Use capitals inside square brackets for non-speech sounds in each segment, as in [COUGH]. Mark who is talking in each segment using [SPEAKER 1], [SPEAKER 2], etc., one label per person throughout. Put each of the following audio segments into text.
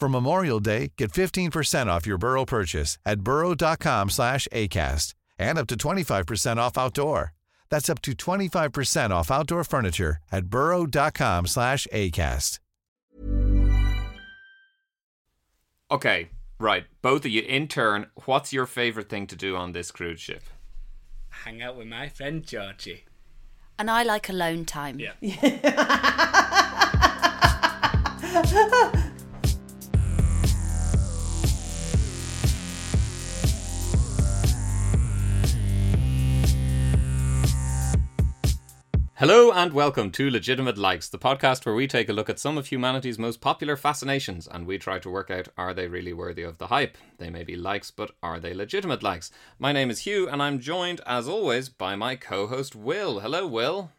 [SPEAKER 1] For Memorial Day, get 15% off your Burrow purchase at burrow.com slash ACAST and up to 25% off outdoor. That's up to 25% off outdoor furniture at burrow.com slash ACAST.
[SPEAKER 2] Okay, right. Both of you, in turn, what's your favourite thing to do on this cruise ship?
[SPEAKER 3] Hang out with my friend Georgie.
[SPEAKER 4] And I like alone time.
[SPEAKER 3] Yeah.
[SPEAKER 2] Hello and welcome to Legitimate Likes, the podcast where we take a look at some of humanity's most popular fascinations and we try to work out are they really worthy of the hype? They may be likes, but are they legitimate likes? My name is Hugh and I'm joined, as always, by my co host Will. Hello, Will.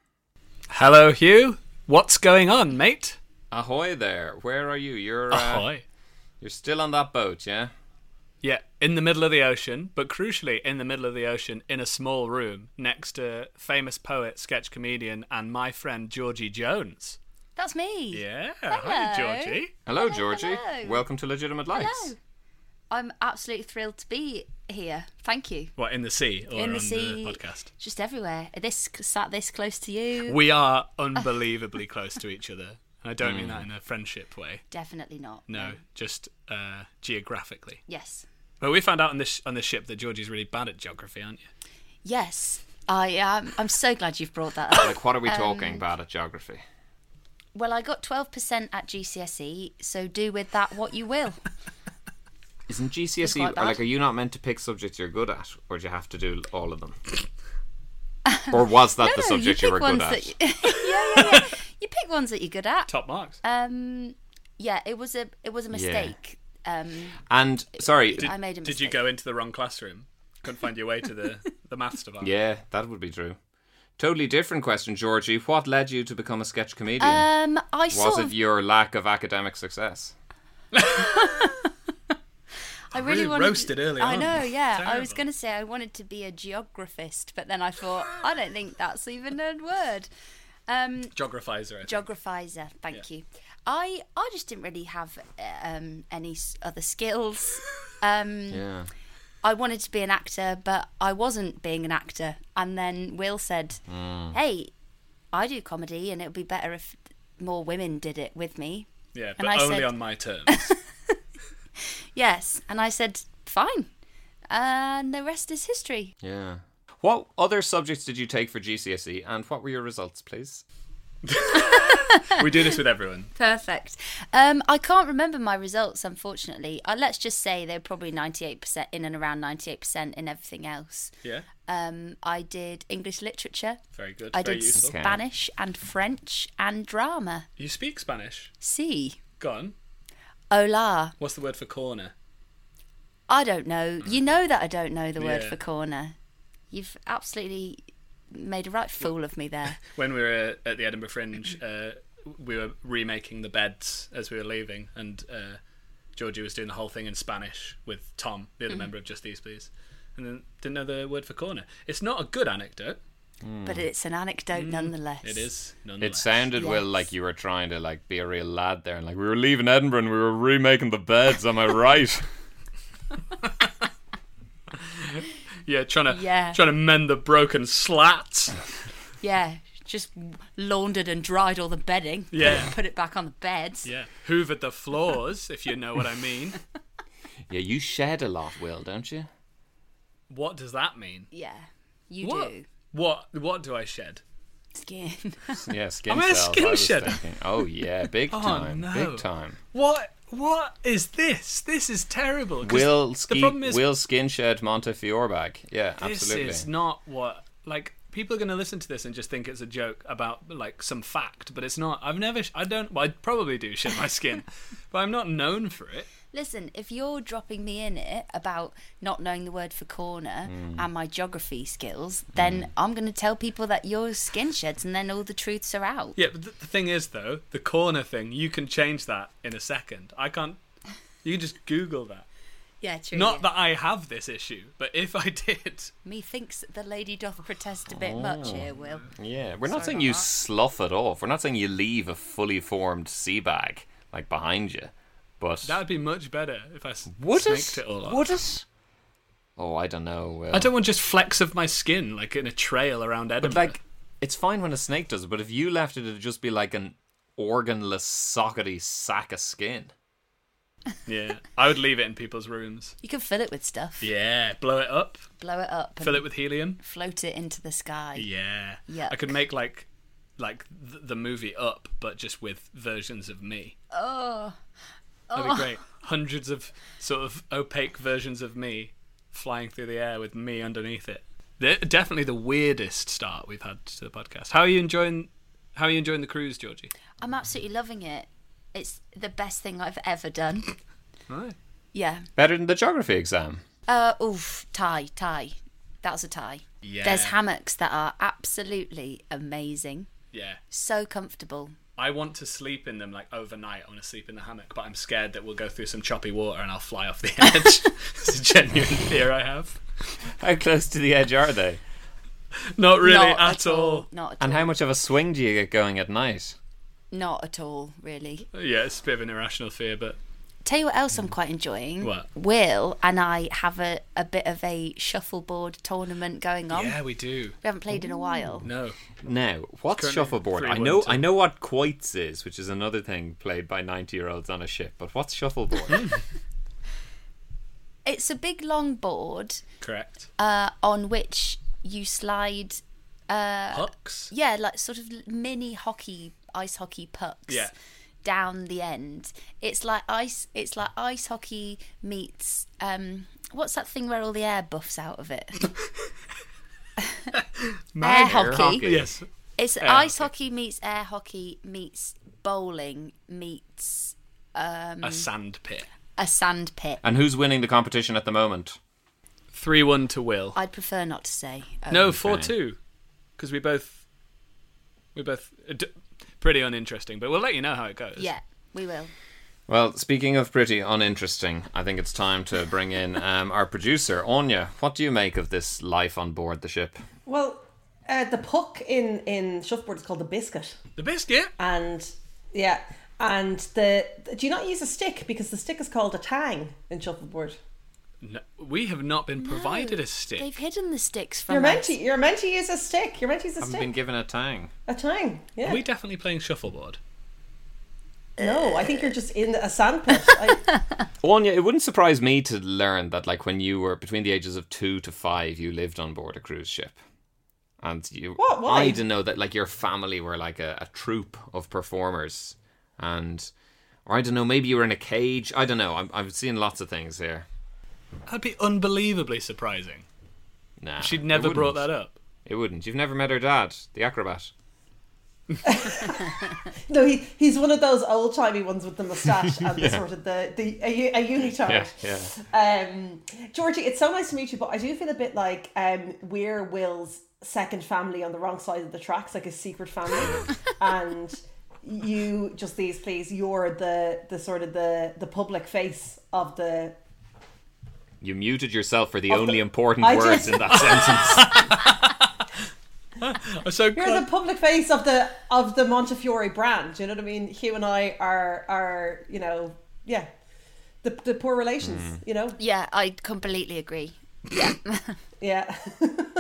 [SPEAKER 3] Hello, Hugh. What's going on, mate?
[SPEAKER 2] Ahoy there. Where are you? You're, uh,
[SPEAKER 3] Ahoy.
[SPEAKER 2] you're still on that boat, yeah?
[SPEAKER 3] Yeah, in the middle of the ocean, but crucially in the middle of the ocean in a small room next to famous poet, sketch comedian, and my friend Georgie Jones.
[SPEAKER 4] That's me.
[SPEAKER 3] Yeah. Hi,
[SPEAKER 4] Hello.
[SPEAKER 3] Georgie.
[SPEAKER 2] Hello,
[SPEAKER 4] Hello,
[SPEAKER 2] Georgie.
[SPEAKER 4] hello.
[SPEAKER 2] Welcome to Legitimate Likes.
[SPEAKER 4] Hello. I'm absolutely thrilled to be here. Thank you.
[SPEAKER 3] What, in the sea or
[SPEAKER 4] In the
[SPEAKER 3] on
[SPEAKER 4] sea.
[SPEAKER 3] the podcast?
[SPEAKER 4] Just everywhere. This sat this close to you.
[SPEAKER 3] We are unbelievably [LAUGHS] close to each other. And I don't mean that in a friendship way.
[SPEAKER 4] Definitely not.
[SPEAKER 3] Mm. No, just uh, geographically.
[SPEAKER 4] Yes.
[SPEAKER 3] Well, we found out on this on this ship that Georgie's really bad at geography, aren't you?
[SPEAKER 4] Yes. I am. I'm so glad you've brought that up.
[SPEAKER 2] Like, what are we
[SPEAKER 4] Um,
[SPEAKER 2] talking about at geography?
[SPEAKER 4] well, I got 12% at GCSE, E, so do with that what you will.
[SPEAKER 2] Isn't
[SPEAKER 4] It's
[SPEAKER 2] GCSE
[SPEAKER 4] quite
[SPEAKER 2] or, E like
[SPEAKER 4] bad.
[SPEAKER 2] are you not meant to pick subjects you're good at, or do you have to do all of them? or was that the
[SPEAKER 4] [LAUGHS] no, no,
[SPEAKER 2] subject
[SPEAKER 4] you,
[SPEAKER 2] you,
[SPEAKER 4] pick
[SPEAKER 2] were
[SPEAKER 4] ones
[SPEAKER 2] good at?
[SPEAKER 4] that [LAUGHS] yeah, yeah, yeah. You pick ones that you're good at.
[SPEAKER 3] Top marks.
[SPEAKER 4] Um, yeah, it was a it was a mistake. Um,
[SPEAKER 2] And sorry,
[SPEAKER 4] I made a mistake.
[SPEAKER 3] Did you go into the wrong classroom? Couldn't find your way to the the maths department.
[SPEAKER 2] [LAUGHS] yeah, that would be true. Totally different question, Georgie. What led you to become a sketch comedian?
[SPEAKER 4] Um, I
[SPEAKER 2] was
[SPEAKER 4] sort
[SPEAKER 2] it
[SPEAKER 4] of.
[SPEAKER 2] your lack of academic success?
[SPEAKER 4] I really
[SPEAKER 3] Really
[SPEAKER 4] wanted.
[SPEAKER 3] roasted early
[SPEAKER 4] I
[SPEAKER 3] on.
[SPEAKER 4] know. Yeah, I was
[SPEAKER 3] Terrible.
[SPEAKER 4] going to say I wanted to be a geographist, but then I thought I don't think that's even a word. Um,
[SPEAKER 3] Geographizer. I think.
[SPEAKER 4] geographizer. Thank you. I I just didn't really have uh, um, any s- other skills.
[SPEAKER 3] [LAUGHS]
[SPEAKER 4] Um,
[SPEAKER 2] Yeah.
[SPEAKER 4] I wanted to be an actor, but I wasn't being an actor. And then Will said, "Hey, I do comedy, and it would be better if more women did it with me."
[SPEAKER 3] yeah,
[SPEAKER 4] And
[SPEAKER 3] but
[SPEAKER 4] I
[SPEAKER 3] only
[SPEAKER 4] said-
[SPEAKER 3] on my terms.
[SPEAKER 4] [LAUGHS] Yes, and I said, "Fine." And the rest is history.
[SPEAKER 2] Yeah. What other subjects did you take for GCSE, E, and what were your results, please?
[SPEAKER 3] we do this with everyone.
[SPEAKER 4] Perfect. Um, I can't remember my results, unfortunately. Uh, let's just say they're probably 98% in and around 98% in everything else.
[SPEAKER 3] Yeah.
[SPEAKER 4] Um, I did English literature,
[SPEAKER 3] Very good.
[SPEAKER 4] I
[SPEAKER 3] very
[SPEAKER 4] did
[SPEAKER 3] useful.
[SPEAKER 2] Okay.
[SPEAKER 4] Spanish and French and drama.
[SPEAKER 3] You speak Spanish.
[SPEAKER 4] See,
[SPEAKER 3] Go on.
[SPEAKER 4] hola.
[SPEAKER 3] What's the word for corner?
[SPEAKER 4] I don't know. You know that I don't know the word
[SPEAKER 3] Yeah.
[SPEAKER 4] for corner. You've absolutely made a right fool of me there.
[SPEAKER 3] When we were uh, at the Edinburgh Fringe, uh, we were remaking the beds as we were leaving, and uh, Georgie was doing the whole thing in Spanish with
[SPEAKER 4] Mm-hmm.
[SPEAKER 3] Tom, the other member of Just These Please, and then didn't know the word for corner. It's not a good anecdote.
[SPEAKER 4] but it's an anecdote nonetheless.
[SPEAKER 3] Hmm. It is. Nonetheless.
[SPEAKER 2] It sounded, Will,
[SPEAKER 4] Yes.
[SPEAKER 2] like you were trying to like be a real lad there, and like we were leaving Edinburgh and we were remaking the beds. Am I
[SPEAKER 4] [LAUGHS]
[SPEAKER 2] right?
[SPEAKER 3] Yeah, trying to
[SPEAKER 4] Yeah.
[SPEAKER 3] trying to mend the broken slats.
[SPEAKER 4] Yeah, just laundered and dried all the bedding.
[SPEAKER 3] Yeah.
[SPEAKER 4] put it back on the beds.
[SPEAKER 3] Yeah, hoovered the floors, if you know what I mean.
[SPEAKER 2] yeah, you shed a lot, Will, don't you?
[SPEAKER 3] What does that mean?
[SPEAKER 4] Yeah, you
[SPEAKER 3] what?
[SPEAKER 4] do
[SPEAKER 3] What? What do I shed?
[SPEAKER 4] skin. [LAUGHS]
[SPEAKER 2] Yeah, skin
[SPEAKER 3] Am I a
[SPEAKER 2] cells.
[SPEAKER 3] skin
[SPEAKER 2] I was
[SPEAKER 3] shedder?
[SPEAKER 2] thinking.
[SPEAKER 3] [LAUGHS]
[SPEAKER 2] Oh yeah, big
[SPEAKER 3] Oh,
[SPEAKER 2] time,
[SPEAKER 3] no.
[SPEAKER 2] big time.
[SPEAKER 3] What? What is this? This is terrible. 'cause
[SPEAKER 2] Will
[SPEAKER 3] the
[SPEAKER 2] ski,
[SPEAKER 3] problem is
[SPEAKER 2] Will skin shed Montefiore back. Yeah,
[SPEAKER 3] this
[SPEAKER 2] absolutely.
[SPEAKER 3] is not what like people are going to listen to this and just think it's a joke about like some fact, but it's not. I've never. Sh- I don't. Well, I probably do shed my skin, [LAUGHS] but I'm not known for it.
[SPEAKER 4] Listen, if you're dropping me in it about not knowing the word for corner
[SPEAKER 3] Mm.
[SPEAKER 4] and my geography skills, then I'm going to tell people that you're skin sheds and then all the truths are out.
[SPEAKER 3] Yeah, but th- the thing is though, the corner thing you can change that in a second. I can't. You can just Google that.
[SPEAKER 4] Yeah, true.
[SPEAKER 3] Not that I have this issue, but if I [LAUGHS] did,
[SPEAKER 4] Methinks the lady doth protest a
[SPEAKER 3] Oh.
[SPEAKER 4] bit much here, Will.
[SPEAKER 2] Yeah, we're not
[SPEAKER 4] Sorry
[SPEAKER 2] saying
[SPEAKER 4] about
[SPEAKER 2] you
[SPEAKER 4] that.
[SPEAKER 2] slough it off. We're not saying you leave a fully formed sea bag like behind you. But
[SPEAKER 3] that'd be much better if I s-
[SPEAKER 2] would
[SPEAKER 3] snaked
[SPEAKER 2] it?
[SPEAKER 3] it, all up.
[SPEAKER 2] Would it? Oh, I don't know. Will.
[SPEAKER 3] I don't want just flecks of my skin like in a trail around Edinburgh.
[SPEAKER 2] But like, it's fine when a snake does it. But if you left it, it'd just be like an organless, sockety sack of skin.
[SPEAKER 3] yeah, I would leave it in people's rooms.
[SPEAKER 4] You can fill it with stuff.
[SPEAKER 3] Yeah, blow it up,
[SPEAKER 4] Blow it up.
[SPEAKER 3] fill
[SPEAKER 4] and
[SPEAKER 3] it with helium.
[SPEAKER 4] Float it into the sky.
[SPEAKER 3] Yeah. I
[SPEAKER 4] Yuck.
[SPEAKER 3] could make like like th- the movie Up, but just with versions of me.
[SPEAKER 4] Oh,
[SPEAKER 3] That'd be great. Hundreds of sort of opaque versions of me flying through the air with me underneath it. They're definitely the weirdest start we've had to the podcast. How are you enjoying? How are you enjoying the cruise, Georgie?
[SPEAKER 4] I'm absolutely loving it. It's the best thing I've ever done.
[SPEAKER 3] Right.
[SPEAKER 4] Yeah.
[SPEAKER 2] Better than the geography exam.
[SPEAKER 4] Uh, oof, tie, tie. That was a tie.
[SPEAKER 3] Yeah.
[SPEAKER 4] There's hammocks that are absolutely amazing.
[SPEAKER 3] Yeah.
[SPEAKER 4] So comfortable.
[SPEAKER 3] I want to sleep in them like overnight. I want to sleep in the hammock, but I'm scared that we'll go through some choppy water and I'll fly off the [LAUGHS] edge. it's a genuine fear I have.
[SPEAKER 2] How close to the edge are they?
[SPEAKER 3] Not really
[SPEAKER 4] Not
[SPEAKER 3] at, all.
[SPEAKER 4] Not at
[SPEAKER 2] And
[SPEAKER 4] all.
[SPEAKER 2] how much of a swing do you get going at night?
[SPEAKER 4] Not at all, really.
[SPEAKER 3] Yeah, it's a bit of an irrational fear, but
[SPEAKER 4] Tell you what else I'm quite enjoying.
[SPEAKER 3] What?
[SPEAKER 4] Will and I have a, a bit of a shuffleboard tournament going on.
[SPEAKER 3] yeah, we do.
[SPEAKER 4] We haven't played in a while.
[SPEAKER 3] No.
[SPEAKER 2] Now, what's
[SPEAKER 3] currently
[SPEAKER 2] shuffleboard?
[SPEAKER 3] three,
[SPEAKER 2] I
[SPEAKER 3] one,
[SPEAKER 2] know,
[SPEAKER 3] two.
[SPEAKER 2] I know what quoits is, which is another thing played by ninety-year-olds on a ship. But
[SPEAKER 3] [LAUGHS]
[SPEAKER 2] what's shuffleboard?
[SPEAKER 4] It's a big long board
[SPEAKER 3] Correct.
[SPEAKER 4] uh, on which you slide,
[SPEAKER 3] Pucks.
[SPEAKER 4] yeah, like sort of mini hockey, ice hockey pucks.
[SPEAKER 3] Yeah.
[SPEAKER 4] down the end. It's like ice. It's like ice hockey meets. Um, what's that thing where all the air buffs out
[SPEAKER 3] [LAUGHS]
[SPEAKER 4] of it? air hockey.
[SPEAKER 2] hockey.
[SPEAKER 3] Yes.
[SPEAKER 4] It's
[SPEAKER 3] Air
[SPEAKER 4] ice
[SPEAKER 3] hockey.
[SPEAKER 4] hockey meets air hockey meets bowling meets um,
[SPEAKER 3] a sand pit.
[SPEAKER 4] a sand pit.
[SPEAKER 2] and who's winning the competition at the moment?
[SPEAKER 3] Three one to Will.
[SPEAKER 4] I'd prefer not to say. Um,
[SPEAKER 3] no, four two, because we both we both uh, d- pretty uninteresting. But we'll let you know how it goes.
[SPEAKER 4] Yeah, we will.
[SPEAKER 2] Well, speaking of pretty uninteresting, I think it's time to bring in um, our producer, Anya. What do you make of this life on board the ship?
[SPEAKER 5] Well, uh, the puck in in shuffleboard is called the biscuit,
[SPEAKER 3] The biscuit.
[SPEAKER 5] and yeah, and the do you not use a stick because the stick is called a tang in shuffleboard.
[SPEAKER 3] No, we have not been provided a stick.
[SPEAKER 4] They've hidden the sticks from
[SPEAKER 5] You're meant
[SPEAKER 4] us.
[SPEAKER 5] to you're meant to use a stick. You're meant to use a
[SPEAKER 2] I've
[SPEAKER 5] stick.
[SPEAKER 2] been given a tang.
[SPEAKER 5] a tang. Yeah.
[SPEAKER 3] Are we definitely playing shuffleboard?
[SPEAKER 5] no, I think you're just in a sandpit. I,
[SPEAKER 2] Anya, it wouldn't surprise me to learn that, like, when you were between the ages of two to five, you lived on board a cruise ship. And you,
[SPEAKER 5] What? Why?
[SPEAKER 2] I didn't know that, like, your family were like a, a troupe of performers. And, or I don't know, maybe you were in a cage. I don't know. I'm, I've seen lots of things here.
[SPEAKER 3] That'd be unbelievably surprising.
[SPEAKER 2] Nah.
[SPEAKER 3] She'd
[SPEAKER 2] it
[SPEAKER 3] never brought
[SPEAKER 2] wouldn't.
[SPEAKER 3] that [LAUGHS] up.
[SPEAKER 2] It wouldn't. You've never met her dad, the acrobat.
[SPEAKER 5] no, he, he's one of those old timey ones with
[SPEAKER 2] [LAUGHS]
[SPEAKER 5] the mustache and the sort of the the a, u- a unitard.
[SPEAKER 2] Yeah, yeah.
[SPEAKER 5] Um, Georgie, it's so nice to meet you, but I do feel a bit like um, we're Will's second family on the wrong side of the tracks, like a
[SPEAKER 2] [LAUGHS]
[SPEAKER 5] secret family, and you just these please, you're the the sort of the the public face of the.
[SPEAKER 2] You muted yourself for the only important
[SPEAKER 5] I
[SPEAKER 2] words
[SPEAKER 5] [LAUGHS] did.
[SPEAKER 2] in that sentence.
[SPEAKER 3] I'm so
[SPEAKER 5] You're
[SPEAKER 3] glad-
[SPEAKER 5] the public face of the of the Montefiore brand. You know what I mean? Hugh and I are are you know yeah, the the poor relations.
[SPEAKER 2] Mm.
[SPEAKER 5] You know
[SPEAKER 4] Yeah, I completely agree.
[SPEAKER 5] yeah.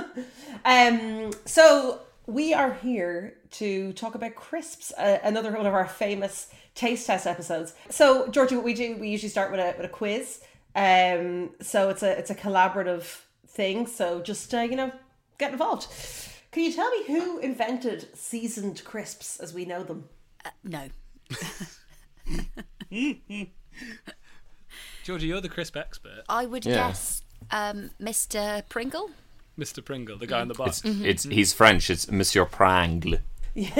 [SPEAKER 5] [LAUGHS] um. So we are here to talk about crisps, uh, another one of our famous taste test episodes. So Georgie, what we do, we usually start with a with a quiz. Um. So it's a it's a collaborative thing. So just uh, you know get involved. Can you tell me who invented seasoned crisps as we know them?
[SPEAKER 4] No.
[SPEAKER 3] Georgie, you're the crisp expert,
[SPEAKER 4] I would
[SPEAKER 2] Yeah.
[SPEAKER 4] guess um, Mr. Pringle.
[SPEAKER 3] Mr. Pringle, the guy in the box.
[SPEAKER 2] It's he's French. It's Monsieur Prangle.
[SPEAKER 5] [LAUGHS]
[SPEAKER 2] Maybe.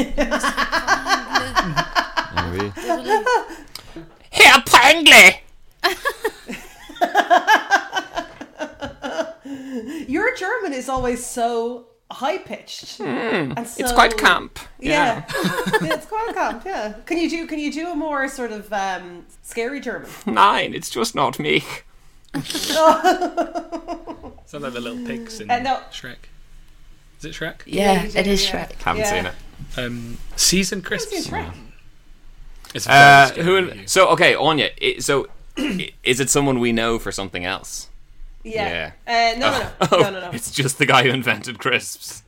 [SPEAKER 2] Herr Prangle.
[SPEAKER 5] Your German is always so high pitched.
[SPEAKER 2] Hmm. It's
[SPEAKER 5] Oh.
[SPEAKER 2] quite camp.
[SPEAKER 5] Yeah. Yeah, [LAUGHS] it's quite camp. Yeah. Can you do? Can you do a more sort of um, scary German? [LAUGHS]
[SPEAKER 2] Nine. It's just not me.
[SPEAKER 3] Sound like the little pigs in
[SPEAKER 5] Uh, no.
[SPEAKER 3] Shrek. Is it Shrek?
[SPEAKER 4] Yeah,
[SPEAKER 5] you do,
[SPEAKER 4] it is
[SPEAKER 5] yeah.
[SPEAKER 4] Shrek.
[SPEAKER 2] Haven't
[SPEAKER 5] Yeah.
[SPEAKER 2] seen it.
[SPEAKER 3] Um, seasoned
[SPEAKER 5] It's
[SPEAKER 3] crisps.
[SPEAKER 5] right.
[SPEAKER 3] It's very
[SPEAKER 2] Uh,
[SPEAKER 3] scary
[SPEAKER 2] who?
[SPEAKER 3] to you.
[SPEAKER 2] So okay, Anya. i so i- is it someone we know for something else?
[SPEAKER 5] Yeah.
[SPEAKER 2] [LAUGHS]
[SPEAKER 5] Uh, no, no, no, no, no, no.
[SPEAKER 2] Oh, It's just the guy who invented crisps,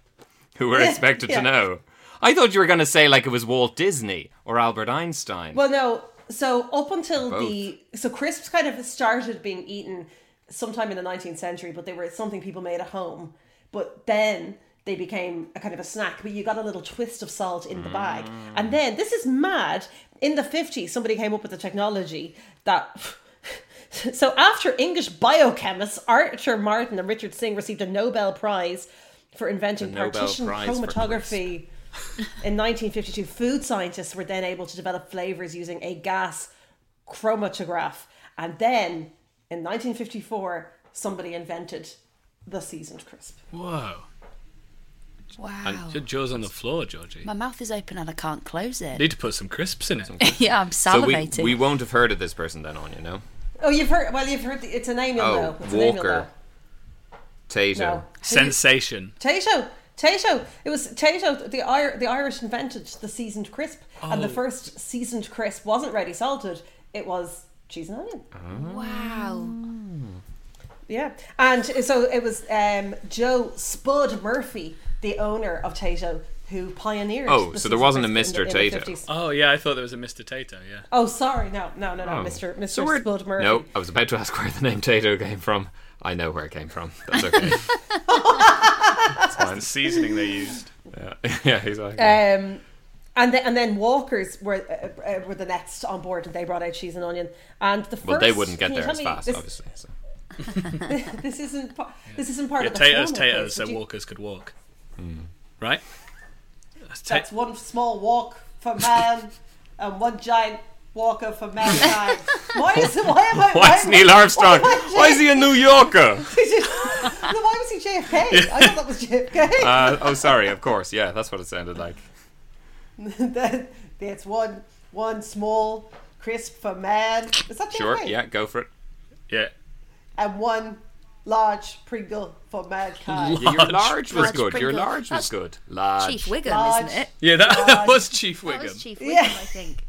[SPEAKER 2] who we're
[SPEAKER 5] Yeah,
[SPEAKER 2] expected
[SPEAKER 5] yeah.
[SPEAKER 2] to know. I thought you were going to say like it was Walt Disney or Albert Einstein.
[SPEAKER 5] Well, no. So up until the so crisps kind of started being eaten sometime in the 19th century, but they were something people made at home. But then they became a kind of a snack, but you got a little twist of salt in the bag. And then this is mad. In the 50s, somebody came up with the technology that [LAUGHS] so after English biochemists Arthur Martin and Richard Singh received a Nobel Prize for inventing
[SPEAKER 2] The Nobel
[SPEAKER 5] partition
[SPEAKER 2] Prize for
[SPEAKER 5] chromatography. In 1952, food scientists were then able to develop flavors using a gas chromatograph. And then in 1954, somebody invented the seasoned crisp.
[SPEAKER 3] Whoa.
[SPEAKER 4] Wow.
[SPEAKER 3] Your jaw's on the floor, Georgie.
[SPEAKER 4] My mouth is open and I can't close it.
[SPEAKER 3] Need to put some crisps in it.
[SPEAKER 4] [LAUGHS] yeah, I'm
[SPEAKER 2] so we,
[SPEAKER 4] salivating.
[SPEAKER 2] we won't have heard of this person then, Anya. No.
[SPEAKER 5] Oh, you've heard, well, you've heard, the, it's a name you'll know.
[SPEAKER 2] Oh,
[SPEAKER 5] It's a name you'll know.
[SPEAKER 2] Walker. Tato.
[SPEAKER 5] No.
[SPEAKER 3] Sensation.
[SPEAKER 5] Tato. Tato. It was Tato. The, Ir- the Irish invented the seasoned crisp. And
[SPEAKER 2] Oh.
[SPEAKER 5] the first seasoned crisp wasn't ready salted, it was cheese and onion.
[SPEAKER 2] Oh.
[SPEAKER 4] Wow.
[SPEAKER 5] Yeah, and so it was um, Joe Spud Murphy, the owner of Tato, who pioneered.
[SPEAKER 2] Oh,
[SPEAKER 5] the
[SPEAKER 2] so there
[SPEAKER 5] seasoned
[SPEAKER 2] wasn't a
[SPEAKER 5] crisp in the-
[SPEAKER 2] Mr.
[SPEAKER 5] in the
[SPEAKER 2] Tato.
[SPEAKER 5] 50s.
[SPEAKER 3] Oh yeah, I thought there was a Mr. Tato. Yeah.
[SPEAKER 5] Oh, sorry, no, no, no, no,
[SPEAKER 2] Oh.
[SPEAKER 5] Mr. Mr.
[SPEAKER 2] So we're-
[SPEAKER 5] Spud Murphy.
[SPEAKER 2] No, I was about to ask where the name Tato came from. I know where it came from. That's
[SPEAKER 5] [LAUGHS]
[SPEAKER 2] okay.
[SPEAKER 3] The seasoning they used.
[SPEAKER 2] yeah, [LAUGHS] yeah, exactly.
[SPEAKER 5] Um, and then and then Walkers were uh, uh, were the next on board, and they brought out cheese and onion. And the first,
[SPEAKER 2] well, they wouldn't get
[SPEAKER 5] can you
[SPEAKER 2] there
[SPEAKER 5] tell
[SPEAKER 2] as
[SPEAKER 5] me-
[SPEAKER 2] fast,
[SPEAKER 5] this,
[SPEAKER 2] obviously. So.
[SPEAKER 5] [LAUGHS] This isn't pa- this isn't part
[SPEAKER 3] Yeah,
[SPEAKER 5] of the
[SPEAKER 3] Tato's
[SPEAKER 5] formal quiz,
[SPEAKER 3] Tato's, so
[SPEAKER 5] but you-
[SPEAKER 3] walkers could walk.
[SPEAKER 2] Hmm.
[SPEAKER 3] Right. That's ta-
[SPEAKER 5] That's one small walk for man, and one giant walker for
[SPEAKER 2] [LAUGHS]
[SPEAKER 5] mankind. why is why am I?
[SPEAKER 2] [LAUGHS] Why is
[SPEAKER 5] am I-
[SPEAKER 2] Neil Armstrong?
[SPEAKER 5] why am
[SPEAKER 2] [LAUGHS]
[SPEAKER 5] I
[SPEAKER 2] Why is
[SPEAKER 5] [LAUGHS]
[SPEAKER 2] he a New Yorker?
[SPEAKER 5] No, why was he JFK? I thought that was JFK. [LAUGHS]
[SPEAKER 2] Uh, oh, sorry. Of course. Yeah, that's what it sounded like.
[SPEAKER 5] That- That's one one small crisp for man. Is that JFK?
[SPEAKER 2] Sure. Yeah, go [LAUGHS] for it.
[SPEAKER 3] yeah.
[SPEAKER 5] And one large Pringle for mankind.
[SPEAKER 2] Yeah, your large was
[SPEAKER 4] Large
[SPEAKER 2] good. Your
[SPEAKER 4] Pringle.
[SPEAKER 2] large was
[SPEAKER 4] That's
[SPEAKER 2] good. Large.
[SPEAKER 4] Chief Wiggum,
[SPEAKER 5] Large.
[SPEAKER 4] isn't it?
[SPEAKER 3] Yeah, that, that was Chief Wiggum.
[SPEAKER 4] That was Chief Wiggum,
[SPEAKER 5] Yeah.
[SPEAKER 4] I think.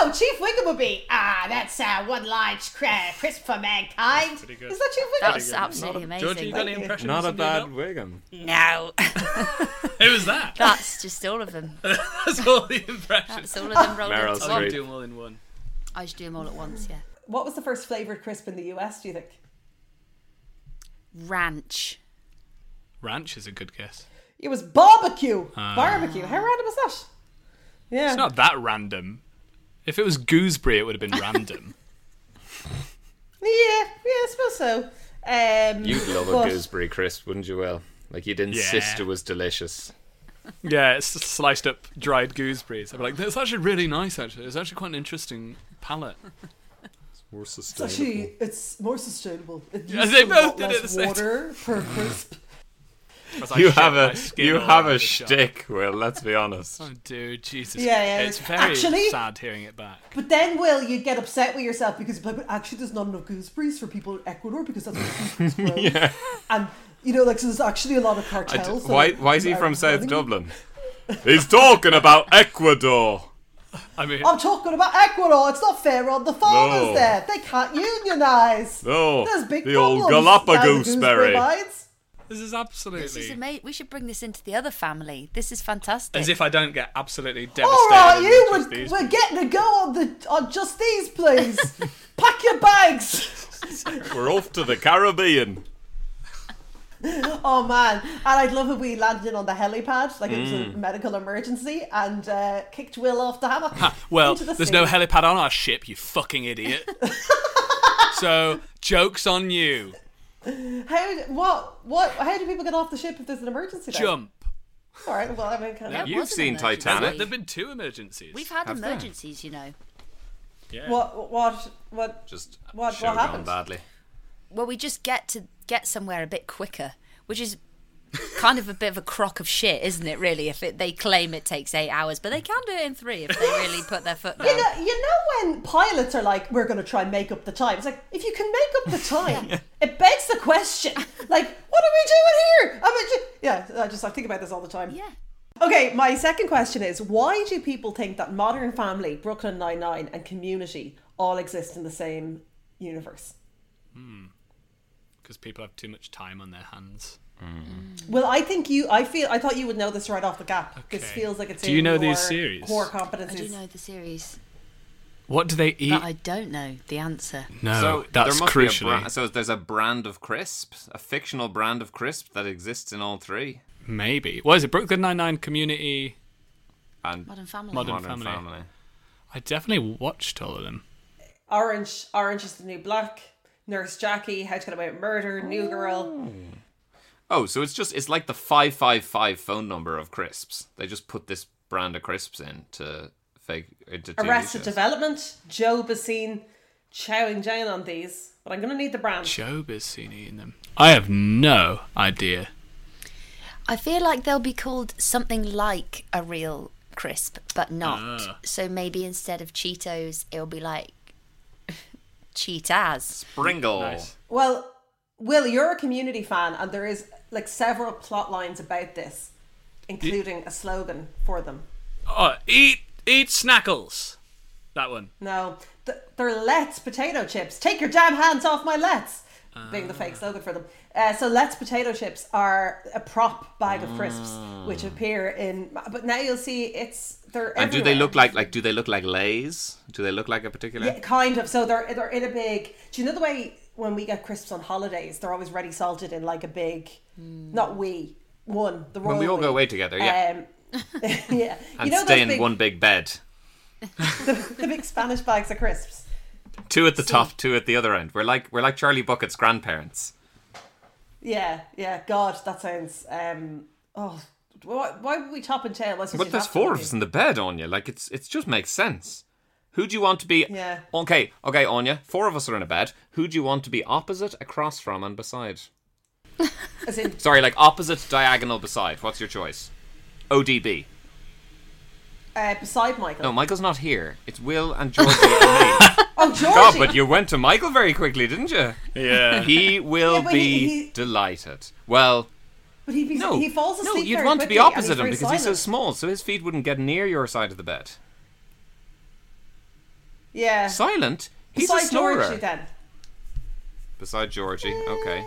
[SPEAKER 5] No, Chief Wiggum would be ah. That's uh, one large cr- crisp for mankind. Is that Chief Wiggum?
[SPEAKER 4] That was absolutely
[SPEAKER 3] Georgie, you got any
[SPEAKER 4] amazing.
[SPEAKER 3] impressions?
[SPEAKER 2] Not a
[SPEAKER 3] of Neil?
[SPEAKER 2] bad Wiggum.
[SPEAKER 4] No.
[SPEAKER 3] [LAUGHS] Who was that?
[SPEAKER 4] That's just all of them.
[SPEAKER 3] That's all the impressions.
[SPEAKER 4] That's all of
[SPEAKER 2] [LAUGHS]
[SPEAKER 4] them rolled
[SPEAKER 2] Meryl
[SPEAKER 4] into
[SPEAKER 3] I
[SPEAKER 4] one.
[SPEAKER 3] can't
[SPEAKER 2] Streep.
[SPEAKER 3] do them all in one.
[SPEAKER 4] I should do them all at once, yeah.
[SPEAKER 5] what was the first flavored crisp in the U.S. Do you think?
[SPEAKER 4] Ranch.
[SPEAKER 3] Ranch is a good guess.
[SPEAKER 5] It was barbecue.
[SPEAKER 3] Ah.
[SPEAKER 5] Barbecue. How random was that? Yeah.
[SPEAKER 3] It's not that random. If it was gooseberry, it would have been
[SPEAKER 5] [LAUGHS]
[SPEAKER 3] random.
[SPEAKER 5] Yeah. Yeah. I suppose so. Um,
[SPEAKER 2] You'd love [LAUGHS]
[SPEAKER 5] but-
[SPEAKER 2] a gooseberry crisp, wouldn't you, Will? Like you'd insist it was delicious.
[SPEAKER 3] yeah, it's just sliced up dried gooseberries. I'm like, that's actually really nice. Actually, it's actually quite an interesally palate.
[SPEAKER 2] More
[SPEAKER 5] Actually, it's more sustainable. It
[SPEAKER 3] Yeah,
[SPEAKER 5] uses
[SPEAKER 3] they
[SPEAKER 5] a
[SPEAKER 3] both
[SPEAKER 5] lot
[SPEAKER 3] did it
[SPEAKER 5] less
[SPEAKER 3] at the same
[SPEAKER 5] water per crisp.
[SPEAKER 3] I was like,
[SPEAKER 2] You
[SPEAKER 3] shit,
[SPEAKER 2] have
[SPEAKER 3] my
[SPEAKER 2] a
[SPEAKER 3] skin
[SPEAKER 2] you
[SPEAKER 3] all
[SPEAKER 2] have
[SPEAKER 3] over
[SPEAKER 2] a
[SPEAKER 3] the shop.
[SPEAKER 2] shtick, Will. Let's be honest. [LAUGHS]
[SPEAKER 3] Oh, dude, Jesus.
[SPEAKER 5] Yeah, yeah,
[SPEAKER 3] It's
[SPEAKER 5] it's-
[SPEAKER 3] very
[SPEAKER 5] actually-
[SPEAKER 3] sad hearing it back.
[SPEAKER 5] But then, Will, you'd get upset
[SPEAKER 3] [LAUGHS]
[SPEAKER 5] with yourself because you'd be like, but actually, there's not enough gooseberries for people in Ecuador because that's what gooseberries grow. And You know, like so there's actually a lot of cartels. that
[SPEAKER 2] why,
[SPEAKER 5] are-
[SPEAKER 2] why is he
[SPEAKER 5] are
[SPEAKER 2] from South
[SPEAKER 5] running.
[SPEAKER 2] Dublin? He's talking about Ecuador.
[SPEAKER 3] I mean,
[SPEAKER 5] I'm talking about Ecuador. It's not fair on the farmers
[SPEAKER 2] No.
[SPEAKER 5] there. They can't unionize.
[SPEAKER 2] No,
[SPEAKER 5] There's big
[SPEAKER 2] the
[SPEAKER 5] problems.
[SPEAKER 2] old
[SPEAKER 5] down the
[SPEAKER 2] Galapagos
[SPEAKER 5] gooseberry
[SPEAKER 2] berry.
[SPEAKER 5] mines.
[SPEAKER 3] this is absolutely.
[SPEAKER 4] This is amazing. We should bring this into the other family. This is fantastic.
[SPEAKER 3] As if I don't get absolutely devastated.
[SPEAKER 5] All right, you
[SPEAKER 3] with just
[SPEAKER 5] we're,
[SPEAKER 3] these
[SPEAKER 5] we're
[SPEAKER 3] people.
[SPEAKER 5] getting a go on the on just these, please.
[SPEAKER 2] [LAUGHS]
[SPEAKER 5] Pack your bags.
[SPEAKER 2] We're off to the Caribbean.
[SPEAKER 5] Oh man, and I'd love if we landed on the helipad like it was
[SPEAKER 2] Mm.
[SPEAKER 5] a medical emergency and uh, kicked Will off the hammock.
[SPEAKER 3] Well,
[SPEAKER 5] into the
[SPEAKER 3] there's
[SPEAKER 5] sea.
[SPEAKER 3] no helipad on our ship, you fucking
[SPEAKER 5] [LAUGHS]
[SPEAKER 3] idiot. so, joke's on you.
[SPEAKER 5] How? What? What? How do people get off the ship if there's an emergency? then?
[SPEAKER 3] Jump.
[SPEAKER 5] All right. Well, I mean, kind of.
[SPEAKER 4] That
[SPEAKER 2] You've
[SPEAKER 4] was an
[SPEAKER 2] seen
[SPEAKER 4] emergency.
[SPEAKER 2] Titanic.
[SPEAKER 3] There have been two emergencies.
[SPEAKER 4] We've had
[SPEAKER 2] Have they?
[SPEAKER 4] emergencies, you know.
[SPEAKER 3] Yeah.
[SPEAKER 5] What? What? What?
[SPEAKER 2] Just
[SPEAKER 5] What- what
[SPEAKER 2] show gone
[SPEAKER 5] happened?
[SPEAKER 2] badly.
[SPEAKER 4] Well, we just get to get somewhere a bit quicker, which is kind of a bit of a crock of shit, isn't it? Really, if it, they claim it takes eight hours, but they can do it in three if they really put their foot down.
[SPEAKER 5] [LAUGHS] You know, you know when pilots are like, "We're going to try and make up the time." It's like if you can make up
[SPEAKER 3] [LAUGHS]
[SPEAKER 5] the time, it begs the question: like, what are we doing here? I mean, ju- yeah, I just I think about this all the time.
[SPEAKER 4] yeah.
[SPEAKER 5] Okay, my second question is: Why do people think that Modern Family, Brooklyn Nine Nine, and Community all exist in the same universe?
[SPEAKER 3] Because people have too much time on their hands.
[SPEAKER 4] Mm.
[SPEAKER 5] Well, I think you. I feel. I thought you would know this right off the gap. This
[SPEAKER 3] Okay.
[SPEAKER 5] feels like it's.
[SPEAKER 3] Do
[SPEAKER 5] in
[SPEAKER 3] you know
[SPEAKER 5] your
[SPEAKER 3] these series?
[SPEAKER 5] Core
[SPEAKER 4] I do
[SPEAKER 5] competencies.
[SPEAKER 4] know the series,
[SPEAKER 3] What do they eat?
[SPEAKER 4] but I don't know the answer.
[SPEAKER 3] No,
[SPEAKER 2] so
[SPEAKER 3] that's
[SPEAKER 2] there must
[SPEAKER 3] crucially.
[SPEAKER 2] Be a bra- so there's a brand of crisps, a fictional brand of crisp that exists in all three.
[SPEAKER 3] Maybe. What is it? Brooklyn Nine Nine Community.
[SPEAKER 2] And
[SPEAKER 4] Modern Family.
[SPEAKER 3] Modern-
[SPEAKER 2] Modern
[SPEAKER 3] Family.
[SPEAKER 2] Family.
[SPEAKER 3] I definitely watched all of them.
[SPEAKER 5] Orange. Orange is the new black. Nurse Jackie. How to Get Away with Murder. New Girl.
[SPEAKER 2] Oh, so it's just it's like the five five five phone number of crisps. They just put this brand of crisps in to fake into TV
[SPEAKER 5] Arrested
[SPEAKER 2] shows.
[SPEAKER 5] Development. Joe Basine. Chowing down on these, but I'm going to need the brand.
[SPEAKER 3] Job has seen eating them. I have no idea.
[SPEAKER 4] I feel like they'll be called something like a real crisp, but not. So maybe instead of Cheetos, it'll be like Cheetas.
[SPEAKER 2] Pringle.
[SPEAKER 3] Nice.
[SPEAKER 5] Well, Will, you're a community fan, and there is like several plot lines about this, including a slogan for them.
[SPEAKER 3] Oh, eat eat snackles. That one.
[SPEAKER 5] No, th- they're Let's potato chips. Take your damn hands off my Let's, being the
[SPEAKER 2] Ah.
[SPEAKER 5] fake slogan for them. Uh, so Let's potato chips are a prop bag of crisps which appear in. But now you'll see it's they're.
[SPEAKER 2] Mm. And do
[SPEAKER 5] everywhere.
[SPEAKER 2] they look like like do they look like Lay's? Do they look like a particular?
[SPEAKER 5] Yeah, kind of. So they're they're in a big. Do you know the way when we get crisps on holidays, they're always ready salted in like a big, not we one the royal.
[SPEAKER 2] Hmm. When we all
[SPEAKER 5] we.
[SPEAKER 2] go away together, yeah,
[SPEAKER 5] Um, [LAUGHS]
[SPEAKER 2] [LAUGHS]
[SPEAKER 5] yeah,
[SPEAKER 2] and
[SPEAKER 5] you know
[SPEAKER 2] stay
[SPEAKER 5] those
[SPEAKER 2] in
[SPEAKER 5] big,
[SPEAKER 2] one big bed.
[SPEAKER 5] the big Spanish bags of crisps.
[SPEAKER 2] Two at the top, two at the other end. We're like we're like Charlie Bucket's grandparents.
[SPEAKER 5] Yeah, yeah. God, that sounds. Um, oh, why, why would we top and tail?
[SPEAKER 2] But there's four of us in the bed, Anya. Like it's it just makes sense. Who do you want to be?
[SPEAKER 5] Yeah.
[SPEAKER 2] Okay, okay, Anya. Four of us are in a bed. Who do you want to be opposite, across from, and beside?
[SPEAKER 5] As in,
[SPEAKER 2] Sorry, like opposite, diagonal, beside. What's your choice? ODB.
[SPEAKER 5] uh, beside Michael.
[SPEAKER 2] No, Michael's not here. It's Will and Georgie and me.
[SPEAKER 5] [LAUGHS] oh, Georgie.
[SPEAKER 2] God, but you went to Michael very quickly, didn't you?
[SPEAKER 3] [LAUGHS] Yeah.
[SPEAKER 2] He will
[SPEAKER 5] [LAUGHS] Yeah, but
[SPEAKER 2] be
[SPEAKER 5] he- he-
[SPEAKER 2] delighted. Well,
[SPEAKER 5] But he, be,
[SPEAKER 2] no,
[SPEAKER 5] he falls asleep.
[SPEAKER 2] no, you'd
[SPEAKER 5] very
[SPEAKER 2] want to be
[SPEAKER 5] quickly and
[SPEAKER 2] opposite him
[SPEAKER 5] very
[SPEAKER 2] because he's so
[SPEAKER 5] silent.
[SPEAKER 2] small, so his feet wouldn't get near your side of the bed.
[SPEAKER 5] Yeah.
[SPEAKER 2] Silent. He's
[SPEAKER 5] beside
[SPEAKER 2] a snorer.
[SPEAKER 5] Georgie then.
[SPEAKER 2] Beside Georgie,
[SPEAKER 4] Eh.
[SPEAKER 2] okay.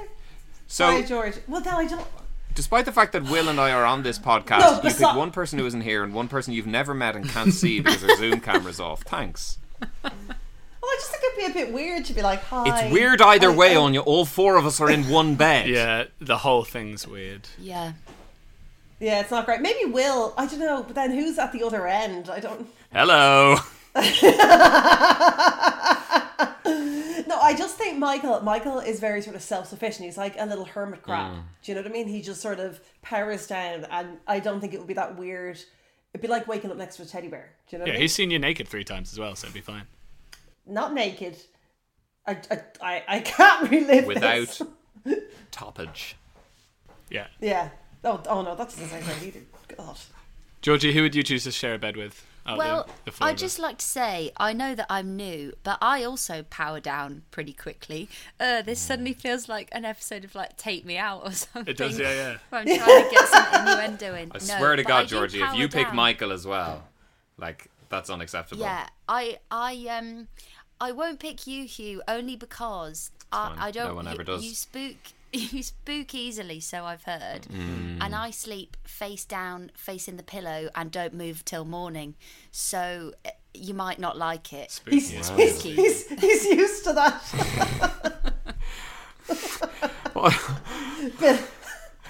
[SPEAKER 5] Beside
[SPEAKER 2] So,
[SPEAKER 5] Georgie. Well, then I don't.
[SPEAKER 2] despite the fact that Will and I are on this podcast,
[SPEAKER 5] No,
[SPEAKER 2] you
[SPEAKER 5] besi-
[SPEAKER 2] pick one person who isn't here and one person you've never met and can't see because their
[SPEAKER 4] [LAUGHS]
[SPEAKER 2] Zoom camera's off. Thanks.
[SPEAKER 5] Well, I just think it'd be a bit weird to be like, hi.
[SPEAKER 2] It's weird either
[SPEAKER 5] I-
[SPEAKER 2] way,
[SPEAKER 5] I-
[SPEAKER 2] Anya. All four of us are in one bed.
[SPEAKER 3] Yeah, the whole thing's weird.
[SPEAKER 4] Yeah.
[SPEAKER 5] Yeah, it's not great. Maybe Will. I don't know. But then who's at the other end? I don't.
[SPEAKER 2] Hello.
[SPEAKER 5] No, I just think Michael. Michael is very sort of self-sufficient. He's like a little hermit crab. Do you know what I mean? He just sort of powers down, and I don't think it would be that weird. It'd be like waking up next to a teddy bear. Do you know? What
[SPEAKER 3] Yeah,
[SPEAKER 5] I mean?
[SPEAKER 3] he's seen you naked three times as well, so it'd be fine.
[SPEAKER 5] not naked. I, I, I, I can't relive
[SPEAKER 2] Without
[SPEAKER 5] this.
[SPEAKER 2] toppage.
[SPEAKER 3] Yeah.
[SPEAKER 5] Yeah. Oh, oh no, that doesn't sound right either. God.
[SPEAKER 3] Georgie, who would you choose to share a bed with? out
[SPEAKER 4] Well,
[SPEAKER 3] the, the folder.
[SPEAKER 4] I just like to say I know that I'm new, but I also power down pretty quickly. Uh, this
[SPEAKER 2] Mm.
[SPEAKER 4] suddenly feels like an episode of like Take Me Out or [LAUGHS] something.
[SPEAKER 3] It does, yeah, yeah.
[SPEAKER 4] where I'm trying to get some innuendo in.
[SPEAKER 2] I
[SPEAKER 4] No,
[SPEAKER 2] swear to
[SPEAKER 4] but I
[SPEAKER 2] God,
[SPEAKER 4] do
[SPEAKER 2] Georgie, if
[SPEAKER 4] power
[SPEAKER 2] you pick
[SPEAKER 4] down.
[SPEAKER 2] Michael as well, like that's unacceptable. [LAUGHS]
[SPEAKER 4] yeah, I, I, um, I won't pick you, Hugh, only because
[SPEAKER 2] fine.
[SPEAKER 4] I, I
[SPEAKER 2] No
[SPEAKER 4] don't.
[SPEAKER 2] one
[SPEAKER 4] you,
[SPEAKER 2] ever does.
[SPEAKER 4] You spook, [LAUGHS] you spook easily, so I've heard. And I sleep face down, facing the pillow, and don't move till morning. So uh, you might not like it.
[SPEAKER 5] He's,
[SPEAKER 2] Wow.
[SPEAKER 5] he's, he's, he's used to that. [LAUGHS]